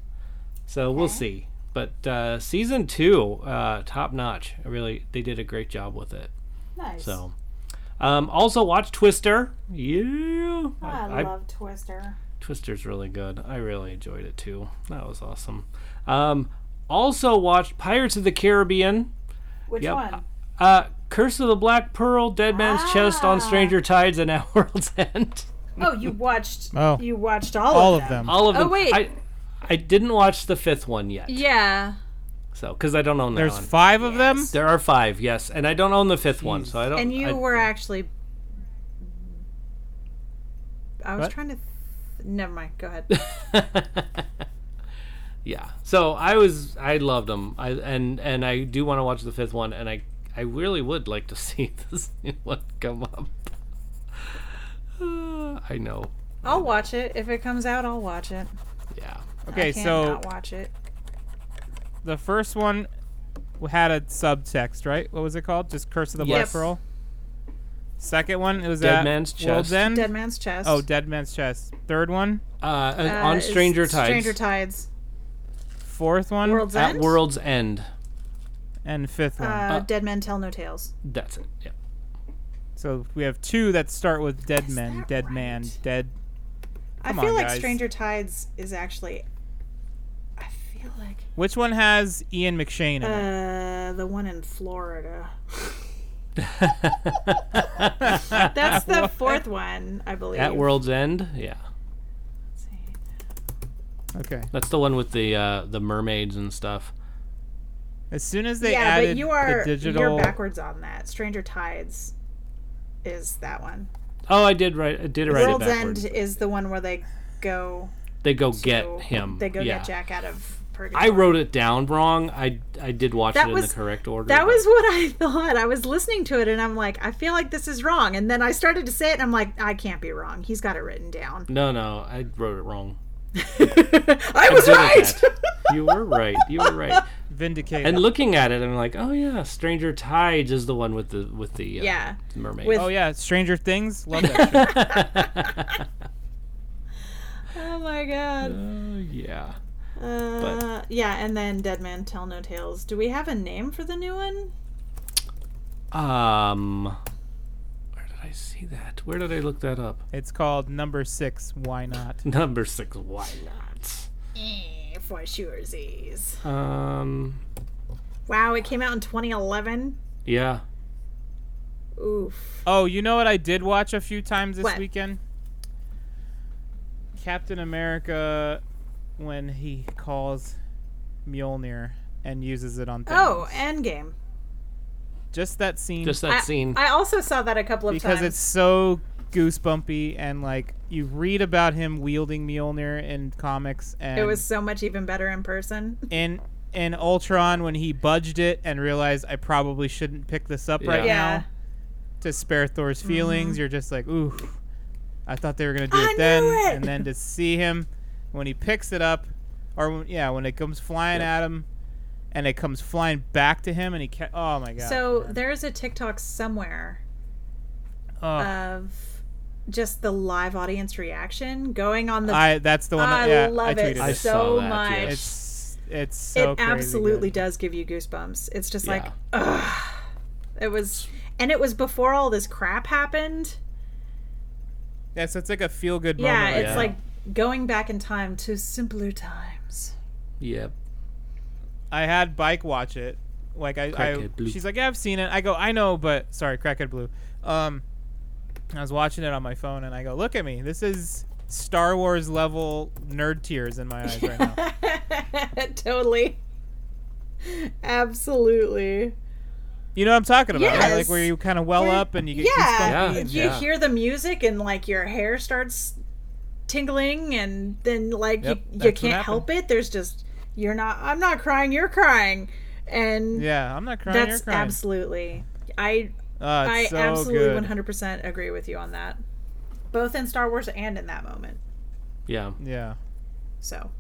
S2: So we'll see. But uh, season two, uh, top notch. I Really, they did a great job with it.
S3: Nice.
S2: So, um, also watch Twister. Yeah,
S3: Ah, I, love Twister.
S2: Twister's really good. I really enjoyed it too. That was awesome. Um, also watched Pirates of the Caribbean,
S3: Which
S2: yep.
S3: one?
S2: uh, Curse of the Black Pearl, Dead Man's Chest
S3: Ah.
S2: on Stranger Tides, and At World's End.
S3: Oh, you watched.
S4: Oh.
S3: You watched all,
S4: All
S3: of,
S4: of
S3: them.
S4: them.
S2: All of
S3: Oh,
S2: them.
S3: wait.
S2: I, I didn't watch the fifth one yet,
S3: Yeah.
S2: so because I don't own that
S4: There's
S2: one.
S4: five of them.
S2: there are five, yes, and I don't own the fifth one, so I don't.
S3: And you
S2: Oh, I-
S3: were actually. I was
S4: What?
S3: trying to. Th- Never mind. Go ahead.
S2: yeah. So I was I loved them. I and and I do want to watch the fifth one, and I I really would like to see this new one come up. Uh, I know.
S3: I'll watch it if it comes out. I'll watch it.
S2: Yeah.
S4: Okay,
S3: I
S4: so
S3: cannot watch it.
S4: the first one had a subtext, right? What was it called? Just Curse of the
S2: Yes.
S4: Black Pearl. Second one, it was
S2: Dead
S4: at
S2: Man's
S4: World's
S2: Chest.
S4: End?
S3: Dead Man's Chest.
S4: Oh, Dead Man's Chest. Third one,
S2: Uh, uh,
S3: Uh,
S2: on
S3: it's
S2: Stranger Tides.
S3: Stranger Tides.
S4: fourth one,
S3: World's
S2: At
S3: End.
S2: World's End.
S4: and fifth
S3: Uh,
S4: one.
S3: Dead Men Tell No Tales.
S2: That's it. Yeah.
S4: so we have two that start with Dead
S3: Is
S4: Men,
S3: that
S4: Dead Man,
S3: right?
S4: Dead.
S3: I
S4: Come
S3: feel
S4: on,
S3: like
S4: guys.
S3: Stranger Tides is actually. I feel like
S4: Which one has Ian McShane in it?
S3: uh, the one in Florida. That's the fourth one, I believe.
S2: At World's End. Yeah.
S3: Let's see. Uh,
S4: Okay.
S2: That's the one with the uh, the mermaids and stuff.
S4: As soon as they
S3: yeah,
S4: added
S3: but you are
S4: the digital,
S3: you're backwards on that. Stranger Tides is that one.
S2: Oh, I did write. I did write
S3: World's
S2: it backwards.
S3: End is the one where they go
S2: They go get
S3: to-
S2: him.
S3: They go
S2: yeah.
S3: get Jack out of purgatory.
S2: I wrote it down wrong. I I did watch
S3: That
S2: it in
S3: was-
S2: the correct order.
S3: that
S2: but-
S3: was what I thought. I was listening to it and I'm like, I feel like this is wrong. And then I started to say it and I'm like, I can't be wrong. He's got it written down.
S2: no, no. I wrote it wrong.
S3: I was
S2: did it
S3: right.
S2: You were right. You were right.
S4: vindicated.
S2: And looking at it, I'm like, oh yeah, Stranger Tides is the one with the with the uh,
S3: yeah.
S2: mermaid.
S3: With-
S4: oh yeah, Stranger Things. Love that. show.
S3: Oh my god.
S2: Oh, yeah.
S3: Uh, yeah, and then Dead Man Tell No Tales. Do we have a name for the new one?
S2: Um, where did I see that? Where did I look that up?
S4: it's called Number Six. Why not?
S2: Number six. Why not?
S3: Eh, for sure, Z's.
S2: Um,
S3: Wow, it came out in 2011.
S2: yeah.
S3: Oof.
S4: Oh, you know what I did watch a few times this
S3: What?
S4: weekend? Captain America when he calls Mjolnir and uses it on Thanos.
S3: Oh, Endgame.
S4: just that scene
S2: Just that
S3: I,
S2: scene.
S3: I also saw that a couple of
S4: because
S3: times.
S4: it's so goosebumpy and like you read about him wielding Mjolnir in comics and
S3: it was so much even better in person.
S4: in in Ultron when he budged it and realized I probably shouldn't pick this up right
S2: Yeah.
S3: Yeah. Mm-hmm.
S4: now to spare Thor's feelings. You're just like, ooh, I thought they were gonna do
S3: I
S4: it then,
S3: knew it!
S4: and then to see him when he picks it up, or when, yeah, when it comes flying at him, and it comes flying back to him, and he ca- oh my god.
S3: so
S4: man.
S3: there's a TikTok somewhere
S4: Oh,
S3: of just the live audience reaction going on the.
S4: I that's the one.
S3: I
S4: that, yeah,
S3: love
S4: I
S3: it
S4: tweeted
S2: I
S4: it.
S2: saw
S3: so
S2: that,
S3: much.
S2: yes.
S4: It's it's so
S3: it
S4: crazy
S3: absolutely
S4: good.
S3: does give you goosebumps. It's just like,
S2: Yeah.
S3: ugh. It was, and it was before all this crap happened.
S4: Yeah, so it's like a feel good
S3: Yeah,
S4: moment.
S3: it's
S2: Yeah.
S3: like going back in time to simpler times.
S2: Yep.
S4: I had bike watch it. Like I, I
S2: Crackhead Blue.
S4: she's like, yeah, I've seen it. I go, I know, but sorry, crackhead blue. Um, I was watching it on my phone, and I go, look at me. This is Star Wars level nerd tears in my eyes right now.
S3: totally. Absolutely.
S4: You know what I'm talking about? right?
S3: Yes.
S4: Like where you kind of well
S3: Where-
S4: up and you get
S3: Yeah.
S2: Yeah,
S4: goosebumps.
S3: You
S2: yeah.
S3: hear the music and like your hair starts tingling and then like
S4: Yep,
S3: you,
S4: that's
S3: you
S4: what
S3: can't help it. There's just you're not I'm not crying, you're crying. And
S4: Yeah, I'm not crying. you're
S3: that's
S4: crying.
S3: absolutely I
S4: Oh, it's
S3: I
S4: so
S3: absolutely
S4: good.
S3: 100% agree with you on that. Both in Star Wars and in that moment.
S2: Yeah.
S4: Yeah.
S3: So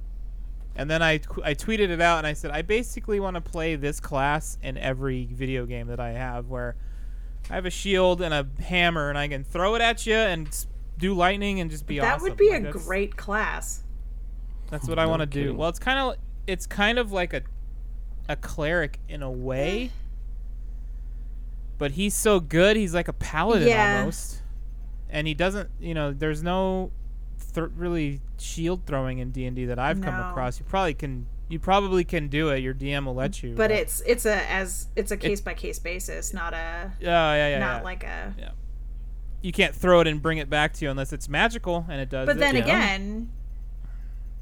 S4: And then I, qu- I tweeted it out and I said, I basically want to play this class in every video game that I have where I have a shield and a hammer and I can throw it at you and s- do lightning and just be
S3: that
S4: awesome.
S3: would be
S4: Like,
S3: a
S4: that's-
S3: great class.
S4: That's what I want to do.
S2: kidding.
S4: Well, it's kind of it's kind of like a a cleric in a way. But he's so good, he's like a paladin
S3: Yeah.
S4: almost. And he doesn't, you know, there's no th- really shield throwing in D&D that I've come
S3: No.
S4: across. You probably can you probably can do it. Your DM will let you.
S3: But it's it's a as it's a case by case basis, not a
S4: Oh, yeah, yeah,
S3: not
S4: yeah.
S3: like a.
S4: you can't throw it and bring it back to you unless it's magical and it does
S3: But
S4: it.
S3: then
S2: yeah.
S3: again,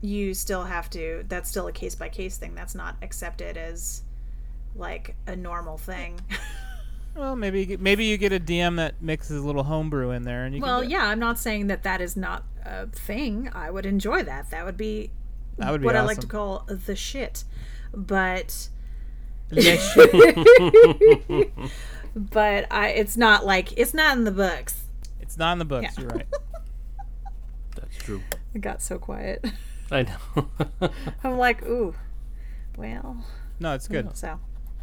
S3: you still have to. That's still a case by case thing. That's not accepted as like a normal thing.
S4: well, maybe you get- maybe you get a DM that mixes a little homebrew in there and you
S3: Well,
S4: can do it.
S3: yeah, I'm not saying that that is not a thing. I would enjoy that. That would be
S4: that would be
S3: what
S4: awesome.
S3: I like to call the shit. But
S4: Yes,
S3: but I it's not like it's not in the books.
S4: It's not in the books.
S3: Yeah.
S4: You're right.
S2: That's true.
S3: It got so quiet.
S2: I know.
S3: I'm like, ooh. Well,
S4: No, it's good.
S3: so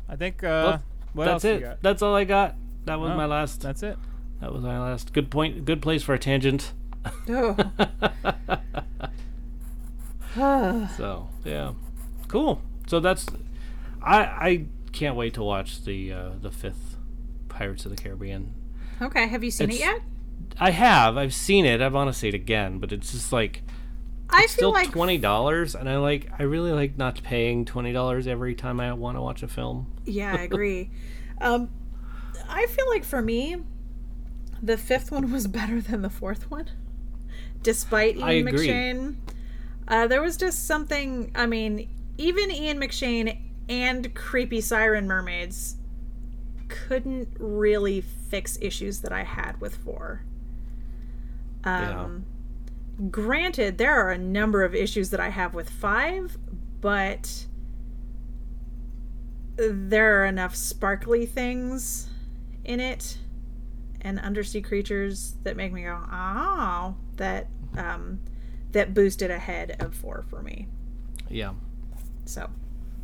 S4: I think. Uh, what
S2: That's
S4: else you
S2: it.
S4: got?
S2: That's all I got. That was
S4: Oh,
S2: my last.
S4: That's it.
S2: That was my last. Good point. Good place for a tangent.
S3: oh, oh,
S2: So yeah, cool. So that's. I I can't wait to watch the uh, the fifth Pirates of the Caribbean.
S3: okay. Have you seen it
S2: It's-
S3: yet?
S2: I have. I've seen it. I want to see it again, but it's just like
S3: I feel
S2: still
S3: like
S2: twenty dollars, and I like. I really like not paying twenty dollars every time I want to watch a film.
S3: yeah, I agree. um, I feel like for me, the fifth one was better than the fourth one, despite
S2: I
S3: Ian
S2: agree.
S3: McShane. Uh, there was just something. I mean, even Ian McShane and creepy siren mermaids couldn't really fix issues that I had with four. Um, Granted, there are a number of issues that I have with five, but there are enough sparkly things in it and undersea creatures that make me go, oh, that um, that boosted ahead of four for me.
S2: Yeah.
S3: So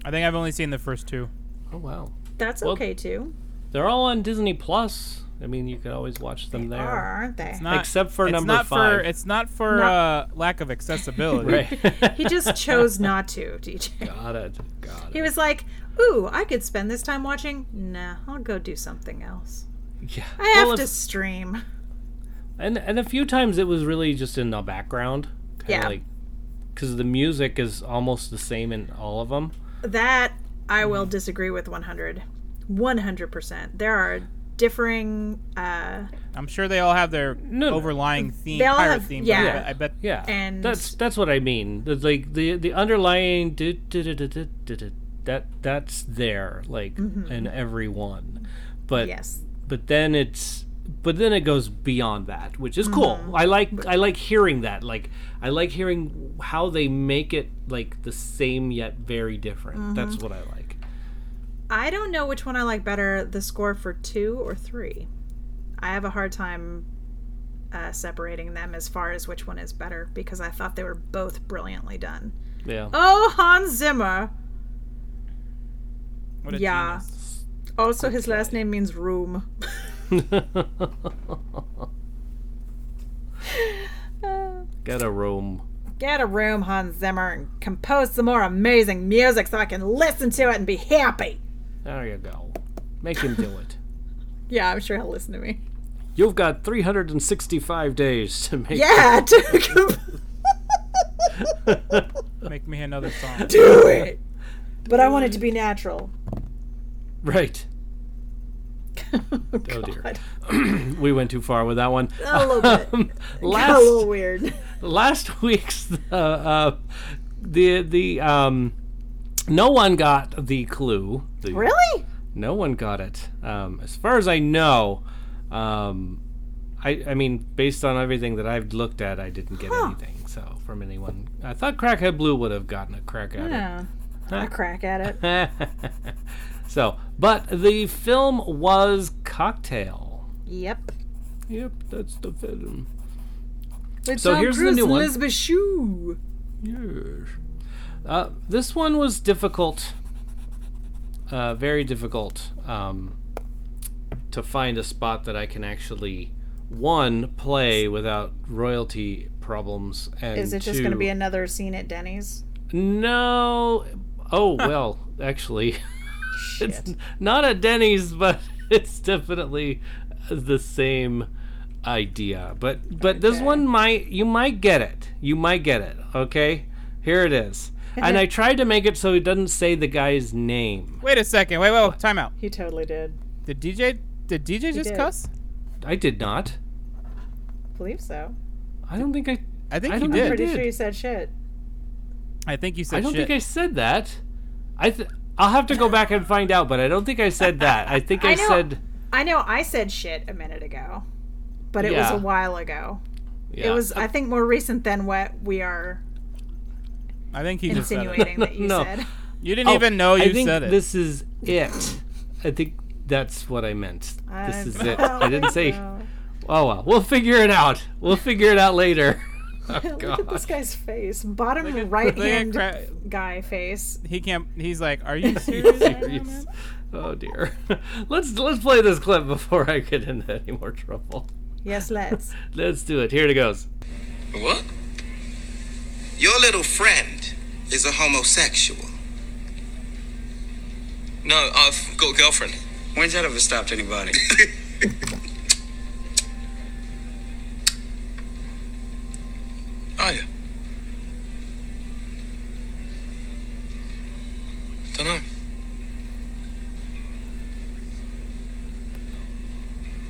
S4: I think I've only seen the first two.
S2: Oh wow.
S3: that's
S2: Well,
S3: okay too.
S2: They're all on Disney Plus. I mean, you could always watch them there.
S3: Are, aren't they?
S4: Not-
S2: Except for
S4: it's
S2: number
S4: not For,
S2: five.
S4: it's not for uh, lack of accessibility.
S2: Right.
S3: He just chose not to, DJ.
S2: Got it. Got
S3: He
S2: it.
S3: was like, ooh, I could spend this time watching. Nah, I'll go do something else.
S2: Yeah.
S3: I have
S2: Well,
S3: to
S2: if-
S3: stream.
S2: and and a few times it was really just in the background. Kinda
S3: Yeah.
S2: Like, because the music is almost the same in all of them.
S3: That I
S2: Mm.
S3: will disagree with 100. 100%. There are differing uh
S4: I'm sure they all have their
S2: no.
S4: overlying theme,
S3: They all
S4: pirate
S3: have-
S4: theme.
S3: yeah.
S4: But I bet- I bet.
S2: Yeah.
S3: And-
S2: that's that's what I mean. That's like the the underlying do, do, do, do, do, do, do, that that's there like
S3: Mm-hmm.
S2: in every one, but
S3: yes.
S2: but then it's but then it goes beyond that which is cool
S3: Mm-hmm.
S2: i like i like hearing that like i like hearing how they make it like the same yet very different that's
S3: Mm-hmm.
S2: what i like
S3: I don't know which one I like better, the score for 2 or 3. I have a hard time uh, separating them as far as which one is better because I thought they were both brilliantly done.
S2: yeah
S3: Oh, Hans Zimmer.
S4: What a
S3: Yeah.
S4: genius.
S3: Also his last name means room.
S2: got a room
S3: Get a room, Hans Zimmer, and compose some more amazing music so I can listen to it and be happy.
S2: there you go make him do it
S3: Yeah, I'm sure he'll listen to me.
S2: you've got 365 days to make
S3: Yeah, do,
S4: Make me another song.
S3: do it. But I want it to be natural.
S2: right oh dear we went too far with that one
S3: A little bit.
S2: last
S3: a little weird.
S2: last week's uh, uh, the the um no one got the clue The-
S3: Really?
S2: no one got it um as far as i know um i i mean based on everything that i've looked at i didn't get anything so from anyone i thought crackhead blue would have gotten a crack at it
S3: Yeah. I crack at it.
S2: so but the film was cocktail
S3: Yep.
S2: yep that's the film
S3: It's
S2: So here's the new one.
S3: Elizabeth Shue.
S2: Yes. Uh, this one was difficult, uh, very difficult um, to find a spot that I can actually one play without royalty problems. And
S3: Is it just going to
S2: two-
S3: be another scene at Denny's?
S2: no? Oh well, actually,
S3: Shit.
S2: not at Denny's, but it's definitely the same idea. But but this
S3: Okay.
S2: one might you might get it. You might get it. Okay, here it is. and I tried to make it so it doesn't say the guy's name.
S4: Wait a second. Wait, wait, wait. Time out.
S3: He totally did.
S4: Did DJ did DJ just
S3: did.
S4: cuss?
S2: I did not.
S3: believe so.
S2: I don't think I.
S4: I think
S2: I
S4: he
S2: don't
S3: I'm
S2: Yeah, it
S4: did.
S3: pretty
S2: did.
S3: sure you said shit.
S4: I think you said
S2: I don't
S4: shit.
S2: think I said that. I. Th- I'll have to go back and find out, but I don't think I said that. I think I,
S3: I know.
S2: said.
S3: I know I said shit a minute ago, but it
S2: Yeah.
S3: was a while ago.
S2: Yeah. Uh,
S3: It was, I think, more recent than what we are
S4: I, think he just said it.
S3: insinuating that you
S2: No.
S3: said.
S4: You didn't even know Oh, you
S2: Oh, I think
S4: said it.
S2: This is it. I think that's what I meant.
S3: I
S2: This is it.
S3: don't
S2: I didn't say.
S3: know.
S2: Oh well, we'll figure it out. We'll figure it out later. Oh
S3: Look at this
S2: God.
S3: guy's face. Bottom
S4: at-
S3: right
S4: look at
S3: hand
S4: Cra-
S3: guy face.
S4: he can't. He's like, are you serious? right now,
S2: Serious.
S4: man?"
S2: Oh dear. Let's let's play this clip before I get into any more trouble.
S3: Yes, let's.
S2: Let's do it. Here it goes.
S5: What? Your little friend is a homosexual.
S6: No, I've got a girlfriend.
S5: When's that ever stopped anybody?
S6: Oh yeah. Don't know.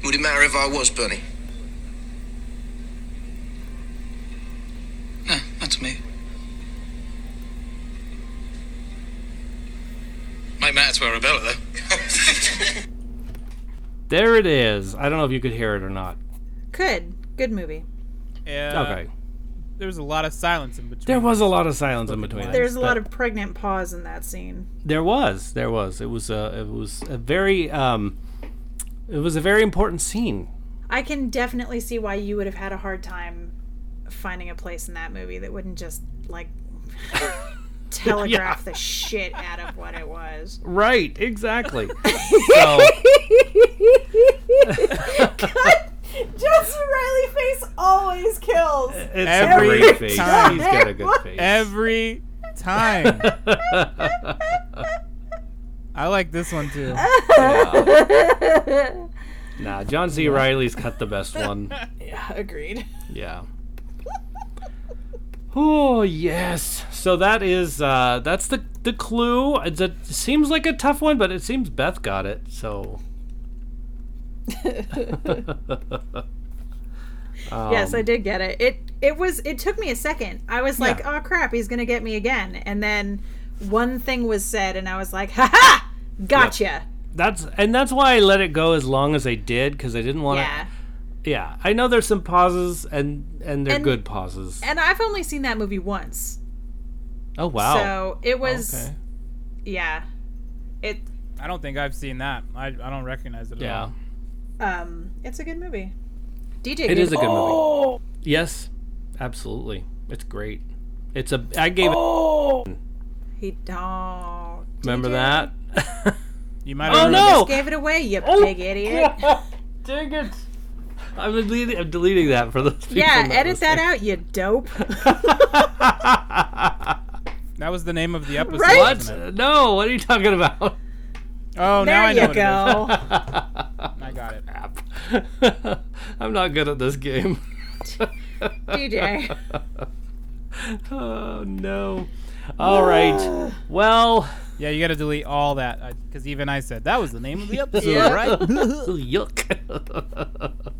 S5: Would it matter if I was, Bernie?
S6: No, not to me. Might matter to Arabella though.
S2: There it is. I don't know if you could hear it or not.
S3: Good. Good movie.
S4: Yeah.
S2: Okay.
S4: There was a lot of silence in between.
S2: There was a lot of silence in between. us,
S3: There's a
S2: but-
S3: lot of pregnant pause in that scene.
S2: There was, there was. It was a, it was a very, um, it was a very important scene.
S3: I can definitely see why you would have had a hard time finding a place in that movie that wouldn't just like telegraph the shit out of what it was.
S2: Right, exactly. so,
S3: Justin Riley face always kills.
S2: it's
S4: Every
S2: a great face.
S4: time.
S2: He's got a good face.
S4: every time. I like this one too.
S2: nah, John C. Riley's cut the best one.
S3: Agreed.
S2: Yeah. Oh yes. So that is uh that's the the clue. It's a, it seems like a tough one, but it seems Beth got it. So Um,
S3: yes, I did get it. It it was it took me a second. I was like,
S2: Yeah.
S3: "Oh crap, he's going to get me again." And then one thing was said and I was like, "Ha ha! Gotcha."
S2: that's and that's why I let it go as long as I did because I didn't want to.
S3: Yeah.
S2: Yeah, I know there's some pauses and and they're
S3: And-
S2: good pauses.
S3: And I've only seen that movie once.
S2: oh wow.
S3: So, it was
S2: okay.
S3: yeah. It
S4: I don't think I've seen that. I, I don't recognize it. At
S2: Yeah.
S4: all.
S3: um it's a good movie. DJ
S2: It is a good
S3: oh,
S2: movie. Yes. Absolutely. It's great. It's a I gave it
S3: He don't
S2: remember
S3: DJ,
S2: that?
S4: You might.
S2: Oh
S4: have
S2: no. Oh,
S3: Gave it away, you big idiot.
S2: Dang it. I'm deleting, I'm deleting that for those people.
S3: Yeah,
S2: not
S3: edit that out, you dope.
S4: That was the name of the episode.
S3: Right?
S2: What?
S4: wasn't it?
S2: No, what are you talking about?
S4: Oh, now
S3: there
S4: I know
S3: you
S4: what it is.
S3: go.
S4: I got it.
S2: I'm not good at this game.
S3: DJ.
S2: Oh no. All right. Well,
S4: Yeah, you got to delete all that because even I said that was the name of the episode, right?
S2: yuck.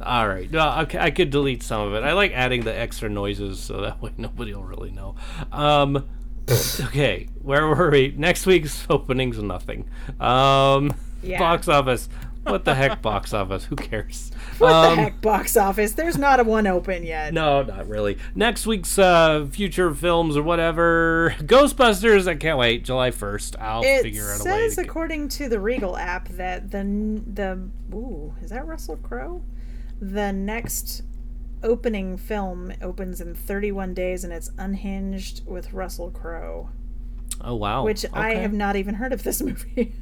S2: All right. No, I c- I could delete some of it. I like adding the extra noises so that way nobody will really know. Um, okay, where were we? Next week's opening's nothing. Um,
S3: Yeah.
S2: Box office. What the heck, box office? Who cares?
S3: What
S2: um,
S3: the heck, box office? There's not a one open yet.
S2: No, not really. Next week's uh, future films or whatever. Ghostbusters. I can't wait. July 1st. I'll
S3: It
S2: figure out a way.
S3: says,
S2: To get-
S3: according to the Regal app, that the n- the ooh is that Russell Crowe? The next opening film opens in 31 days and it's unhinged with Russell Crowe,
S2: Oh wow.
S3: which I
S2: Okay.
S3: have not even heard of this movie.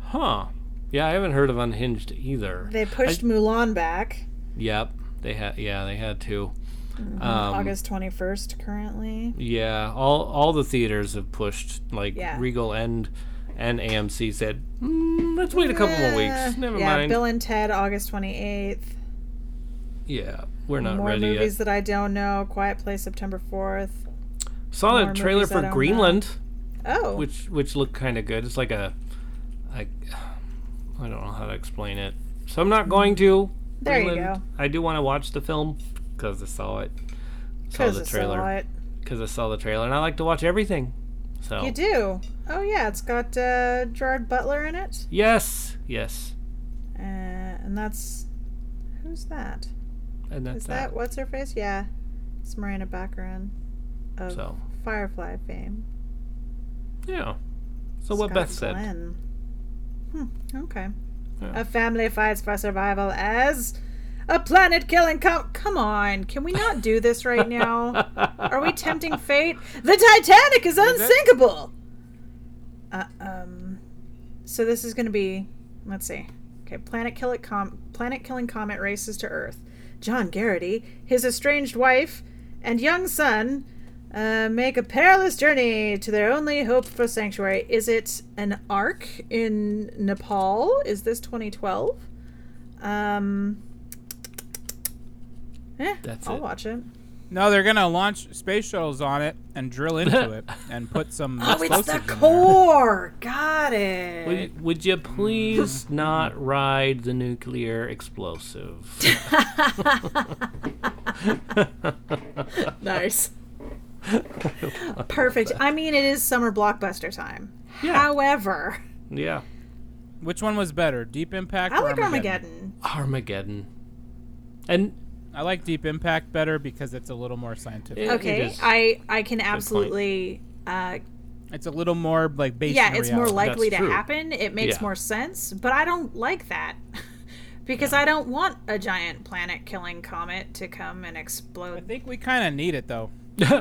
S2: Huh. Yeah, I haven't heard of Unhinged either.
S3: they pushed Mulan back
S2: Yep. They had yeah, they had to.
S3: Mm-hmm.
S2: Um, Mm.
S3: August 21st currently.
S2: Yeah, all all the theaters have pushed like
S3: Yeah.
S2: Regal and and AMC said, mm, "Let's wait a couple more
S3: Eh,
S2: weeks. Never
S3: yeah,
S2: mind."
S3: Bill and Ted August 28th.
S2: yeah, we're not
S3: More
S2: ready
S3: movies
S2: yet.
S3: that I don't know. Quiet Place September 4th.
S2: Saw
S3: more
S2: the trailer
S3: movies I
S2: for
S3: don't know.
S2: Greenland,
S3: Oh,
S2: which which looked kind of good. It's like a I I don't know how to explain it. So I'm not going to.
S3: There you
S2: Greenland. I do want to watch the film cuz I saw it. Saw
S3: 'cause
S2: the
S3: I saw
S2: trailer
S3: it.
S2: cuz I saw the trailer and I like to watch everything. So
S3: You do. Oh yeah, it's got uh, Gerard Butler in it,
S2: Yes, yes.
S3: uh, and that's who's that?
S2: And that's
S3: Is that what's her face? Yeah, it's Marina Baccarin of
S2: So,
S3: Firefly fame.
S2: yeah. So what
S3: Scott
S2: Beth said.
S3: Glenn. Hmm, okay.
S2: Yeah.
S3: A family fights for survival as a planet killing com- come on can we not do this right now are we tempting fate the titanic is unsinkable uh, um so this is going to be let's see okay planet kill it com- planet killing comet races to earth john garrity his estranged wife and young son uh, make a perilous journey to their only hope for sanctuary. Is it an ark in Nepal? Is this 2012? Um, eh,
S2: That's
S3: I'll
S2: it.
S3: watch it.
S4: No, they're gonna launch space shuttles on it and drill into it and put some.
S3: Oh, it's the
S4: explosives in there.
S3: core. Got it.
S2: Would, would you please not ride the nuclear explosive?
S3: Nice. Perfect. I mean, it is summer blockbuster time.
S2: Yeah.
S3: However,
S2: yeah.
S4: Which one was better, Deep Impact?
S3: I
S4: or
S3: like
S4: Armageddon?
S3: Armageddon.
S2: Armageddon. And
S4: I like Deep Impact better because it's a little more scientific.
S2: it- it
S3: Okay,
S2: is-
S3: I I can absolutely uh,
S4: It's a little more like based.
S3: yeah
S4: in
S3: it's more
S4: reality.
S3: likely to
S2: That's true.
S3: happen it makes
S2: Yeah.
S3: more sense but i don't like that because i don't want a giant planet killing comet to come and
S4: I
S3: explode
S4: think we kind of need it though.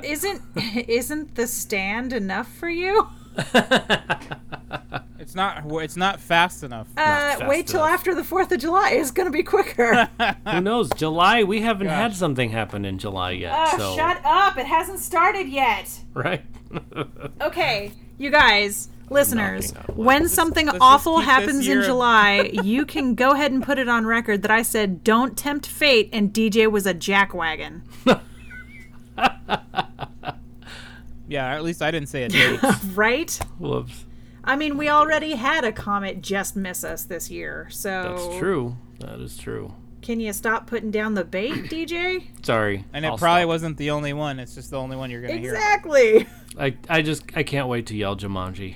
S3: isn't isn't the stand enough for you
S4: It's not. It's not fast enough.
S3: uh,
S2: fast
S3: wait till
S2: enough.
S3: after the 4th of july is gonna be quicker
S2: who knows? July, we haven't had
S4: Gosh.
S2: something happen in July yet.
S3: oh
S2: so,
S3: shut up it hasn't started yet
S2: Right?
S3: okay you guys listeners
S2: Knocking on wood.
S3: when something
S4: let's just
S3: awful
S4: keep this
S3: happens in
S4: year-
S3: july you can go ahead and put it on record that i said don't tempt fate and dj was a jackwagon
S4: yeah, at least I didn't say a date.
S3: right
S2: Whoops.
S3: I mean, we already had a comet just miss us this year, so
S2: That's true. That is true.
S3: Can you stop putting down the bait, DJ?
S2: Sorry.
S4: and it
S2: I'll
S4: probably
S2: stop.
S4: wasn't the only one. It's just the only one you're gonna hear.
S3: exactly.
S2: I, I just, I can't wait to yell Jumanji.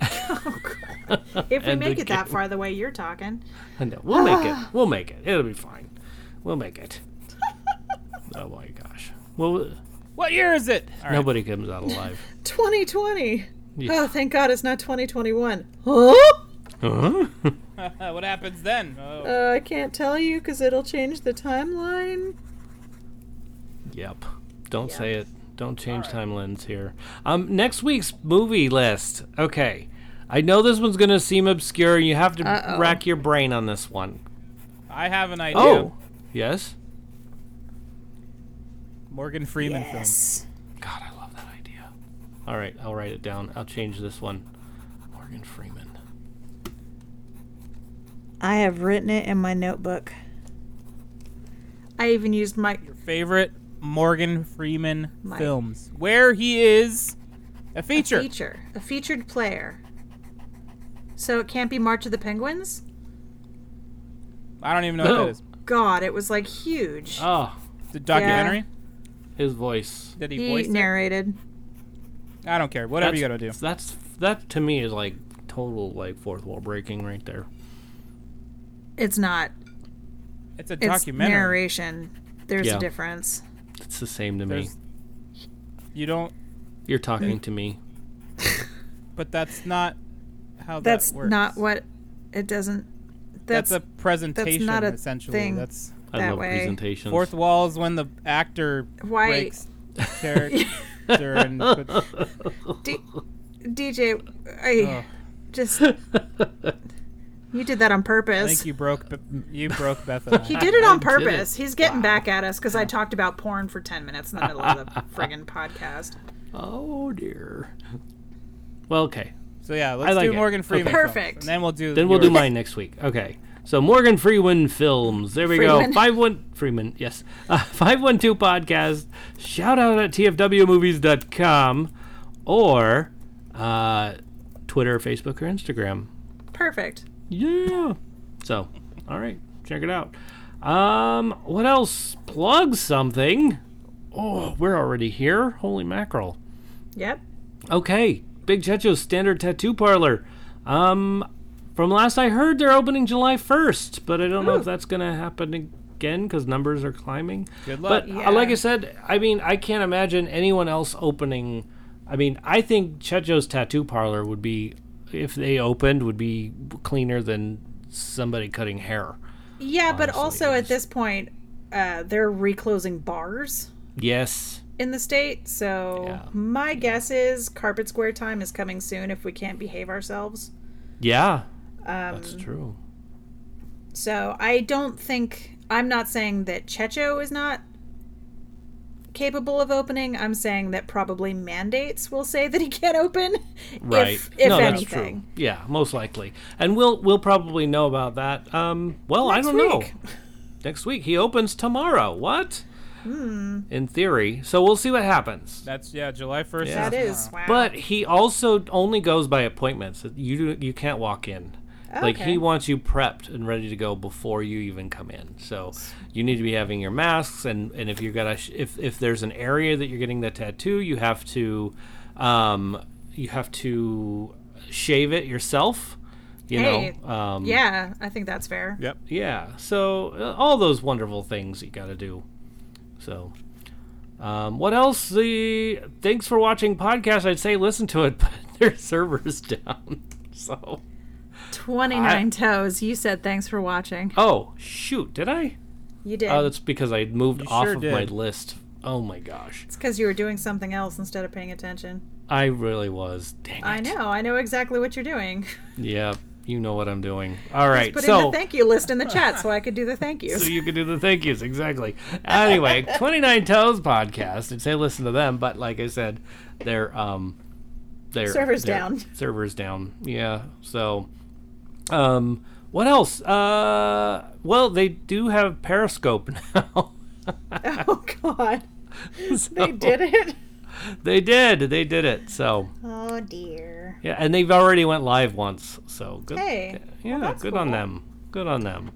S3: If we
S2: And
S3: make it
S2: again.
S3: that far the way you're talking,
S2: I know. We'll make it. We'll make it. It'll be fine. We'll make it. oh my gosh. Well,
S4: What year is it? All right.
S2: nobody comes out alive.
S3: 2020.
S2: Yeah.
S3: Oh, thank God it's not 2021. Huh?
S2: Huh?
S4: uh, what happens then? Oh.
S3: Uh, I can't tell you because it'll change the timeline.
S2: Yep. Don't say it. Don't change time lens here. Um, next week's movie list. Okay. I know this one's gonna seem obscure. and You have to rack your brain on this one.
S4: I have an idea.
S2: Oh. Yes.
S4: Morgan Freeman
S2: God, I love that idea. All right, I'll write it down. I'll change this one. Morgan Freeman.
S3: I have written it in my notebook. I even used my
S4: film. Favorite Morgan Freeman
S3: Mike.
S4: films where he is a feature.
S3: feature, a featured player. So it can't be March of the Penguins?
S4: I don't even know what
S2: No.
S4: that is.
S3: God, it was like huge.
S2: Oh,
S4: The documentary.
S2: his voice.
S4: Did he,
S3: he
S4: voice? it?
S3: narrated.
S4: I don't care. Whatever you gotta
S2: That's-
S4: do.
S2: That's that to me is like total like fourth wall breaking right there.
S3: It's not.
S4: It's a
S3: It's
S4: documentary.
S3: narration. There's
S2: Yeah.
S3: a difference.
S2: It's the same to me.
S4: There's- You don't.
S2: You're talking to me.
S4: But that's not how
S3: That's
S4: that works.
S3: not what. It doesn't.
S4: That's,
S3: That's
S4: a presentation
S3: not a
S4: essentially.
S3: thing.
S4: That's
S2: I
S3: that
S2: love
S3: way.
S2: presentations.
S4: Fourth wall is when the actor
S3: Why-
S4: breaks character and puts,
S3: D- DJ, I
S4: oh,
S3: just you did that on
S4: I
S3: purpose.
S4: think you broke Be- you broke Beth. And I.
S3: He did it on
S2: did
S3: purpose.
S2: it.
S3: He's getting back at us because I talked about porn for ten minutes in the middle of the friggin' podcast.
S2: Oh dear. Well, okay.
S4: So yeah, let's
S2: like
S4: do
S2: it.
S4: Morgan Freeman.
S2: Okay.
S4: films,
S3: Perfect.
S4: and then we'll do.
S2: Then we'll do
S4: yours.
S2: mine next week. Okay. So Morgan Freeman films. There we go.
S3: Freeman.
S2: Five one Freeman. Yes. Uh, Five one two podcast. Shout out at tfwmovies.com or uh, Twitter, Facebook, or Instagram.
S3: Perfect.
S2: Yeah. So, all right, check it out. Um, what else? Plug something. Oh, we're already here. Holy mackerel.
S3: Yep.
S2: Okay, Big Checho's Standard Tattoo Parlor. Um, from last I heard, they're opening July 1st, but I don't know if that's going to happen again because numbers are climbing.
S4: Good luck.
S2: But uh,
S3: Yeah.
S2: like I said, I mean, I can't imagine anyone else opening. I mean, I think Checho's Tattoo Parlor would be, if they opened, would be cleaner than somebody cutting hair.
S3: Yeah, but also at this point, uh, they're reclosing bars
S2: Yes.
S3: in the state. So
S2: Yeah.
S3: my guess is carpet square time is coming soon if we can't behave ourselves.
S2: Yeah.
S3: Um,
S2: that's true.
S3: So I don't think I'm not saying that Checho is not capable of opening. I'm saying that probably mandates will say that he can't open.
S2: right
S3: If, if
S2: no, that's
S3: anything.
S2: true. yeah most likely and we'll we'll probably know about that um well
S3: Next
S2: i don't
S3: week.
S2: know next week he opens tomorrow what
S3: Hmm.
S2: in theory so we'll see what happens
S4: That's yeah, July first.
S2: Yeah.
S3: That is wow.
S2: but he also only goes by appointments you do, you can't walk in like
S3: Okay.
S2: he wants you prepped and ready to go before you even come in so you need to be having your masks and and if you're gonna sh- if if there's an area that you're getting the tattoo you have to um you have to shave it yourself you
S3: Hey,
S2: know um
S3: yeah, I think that's fair.
S2: yeah so uh, all those wonderful things you gotta do so um, what else the thanks for watching podcast i'd say listen to it but their server's down so
S3: 29 toes. You said thanks for watching.
S2: oh shoot did i
S3: You did.
S2: oh that's because i moved off
S4: sure
S2: of my
S4: did.
S2: list oh my gosh
S3: it's because you were doing something else instead of paying attention.
S2: i really was dang it
S3: I know. I know exactly what you're doing.
S2: yeah you know what i'm doing all right
S3: Put in
S2: so
S3: the thank you list in the chat so I could do the thank yous.
S2: so you can do the thank yous exactly anyway 29 toes podcast and say listen to them but like i said their um their
S3: Servers
S2: their
S3: down.
S2: servers down yeah so um what else uh well they do have periscope now
S3: Oh, God. They did it.
S2: they did they did it so
S3: Oh, dear.
S2: yeah and they've already went live once so good
S3: Hey.
S2: yeah
S3: that's
S2: good on
S3: cool.
S2: them good on them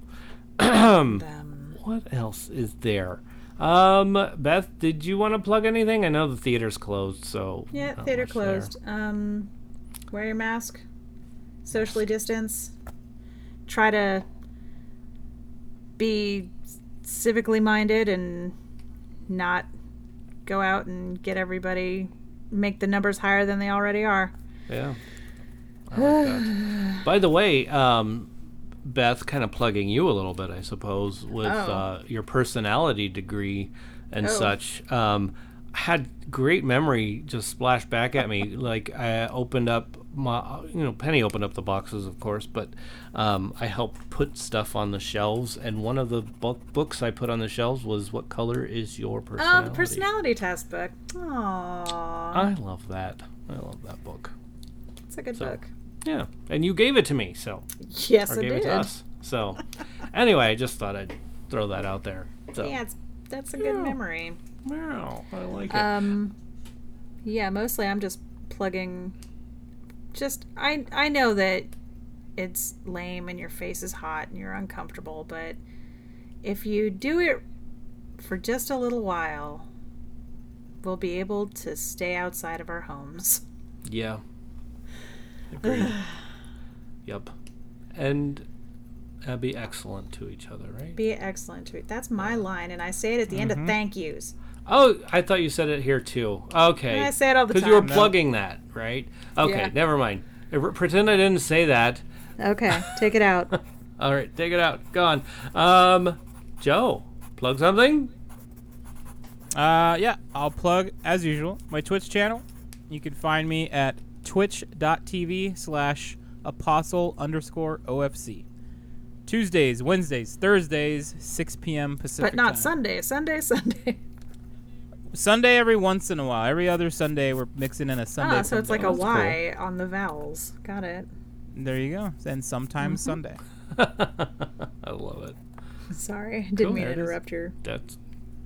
S3: Um,
S2: what else is there um beth did you want to plug anything i know the theater's closed so
S3: yeah,
S2: not
S3: theater
S2: much there.
S3: closed. Um, wear your mask, socially distance, try to be civically minded and not go out and get everybody, make the numbers higher than they already are.
S2: Yeah. I like that. By the way, um, Beth, kind of plugging you a little bit, I suppose, with
S3: Oh.
S2: uh, your personality degree and such, um, had great memory just splashed back at me. like I opened up my, you know, Penny opened up the boxes, of course, but um, I helped put stuff on the shelves, and one of the bu- books I put on the shelves was "What Color Is Your
S3: Oh,
S2: Personality?"
S3: the personality test book. Aww,
S2: I love that. I love that book.
S3: it's a good
S2: so-
S3: book.
S2: Yeah, and you gave it to me, so
S3: Yes,
S2: or
S3: it
S2: gave it
S3: did.
S2: to us. So, anyway, I just thought I'd throw that out there. So,
S3: Yeah, it's, that's a good memory.
S2: wow, I like it.
S3: Um, yeah, mostly I'm just plugging. Just I I know that it's lame and your face is hot and you're uncomfortable, but if you do it for just a little while, we'll be able to stay outside of our homes.
S2: yeah. Agreed. yep. And uh, be excellent to each other, right?
S3: Be excellent to it. That's my line, and I say it at the end
S4: Mm-hmm.
S3: of thank yous.
S2: Oh, I thought you said it here too. Okay.
S3: I say it all the
S2: Because you were
S3: time. No.
S2: plugging that, right? Okay,
S3: Yeah.
S2: never mind. Uh, re- Pretend I didn't say that.
S3: Okay, take it out.
S2: All right, take it out. Gone. Um, Joe, plug something?
S4: Uh, yeah, I'll plug as usual my Twitch channel. You can find me at twitch.tv slash apostle underscore OFC. Tuesdays, Wednesdays, Thursdays, 6 p.m. Pacific.
S3: but not
S4: time.
S3: Sunday. Sunday, Sunday.
S4: Sunday every once in a while. Every other Sunday, we're mixing in a Sunday.
S3: ah, so it's like a
S4: something.
S3: Y on the vowels. Got it.
S4: There you go. And sometimes
S3: Mm-hmm.
S4: Sunday.
S2: I love it.
S3: Sorry, didn't
S2: Cool,
S3: mean to
S2: there it is.
S3: interrupt your.
S2: That's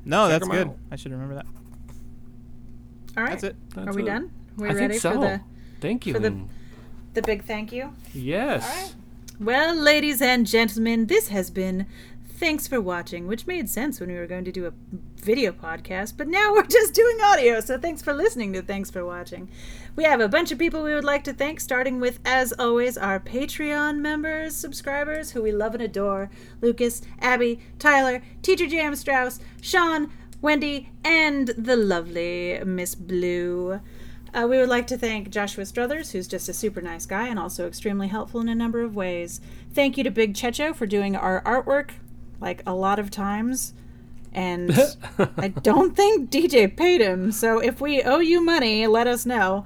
S4: No, that's
S2: 'em
S4: good.
S2: out.
S4: I should remember that.
S3: All right.
S4: That's it.
S2: that's
S3: Are we
S2: it.
S3: done? We
S2: I
S3: ready
S2: think so.
S3: for the
S2: Thank you.
S3: for the-
S2: and-
S3: the big thank you?
S2: yes.
S3: Well, ladies and gentlemen, this has been Thanks for Watching, which made sense when we were going to do a video podcast, but now we're just doing audio, so thanks for listening to Thanks for Watching. We have a bunch of people we would like to thank, starting with, as always, our Patreon members, subscribers, who we love and adore Lucas, Abby, Tyler, Teacher Jam Strauss, Sean, Wendy, and the lovely Miss Blue. Uh, we would like to thank Joshua Struthers, who's just a super nice guy and also extremely helpful in a number of ways. Thank you to Big Checho for doing our artwork, like a lot of times. And I don't think DJ paid him, so if we owe you money, let us know.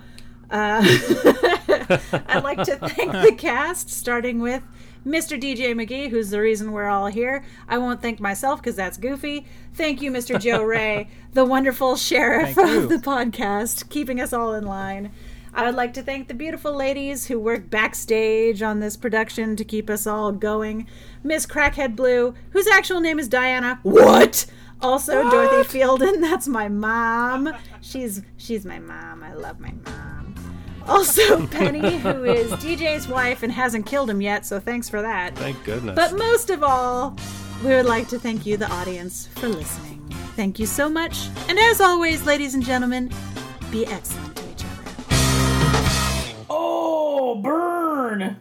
S3: Uh, I'd like to thank the cast, starting with Mr. DJ McGee, who's the reason we're all here. I won't thank myself because that's goofy. Thank you, Mr. Joe Ray, the wonderful sheriff
S4: Thank
S3: of
S4: you.
S3: the podcast, keeping us all in line. I would like to thank the beautiful ladies who work backstage on this production to keep us all going. Miss Crackhead Blue, whose actual name is Diana. What? Also Dorothy Fielden, that's my mom. She's she's my mom. I love my mom. Also Penny, who is DJ's wife and hasn't killed him yet, so thanks for that.
S2: Thank goodness.
S3: But most of all, we would like to thank you, the audience, for listening. Thank you so much. And as always, ladies and gentlemen, be excellent to each other.
S7: Oh, burn!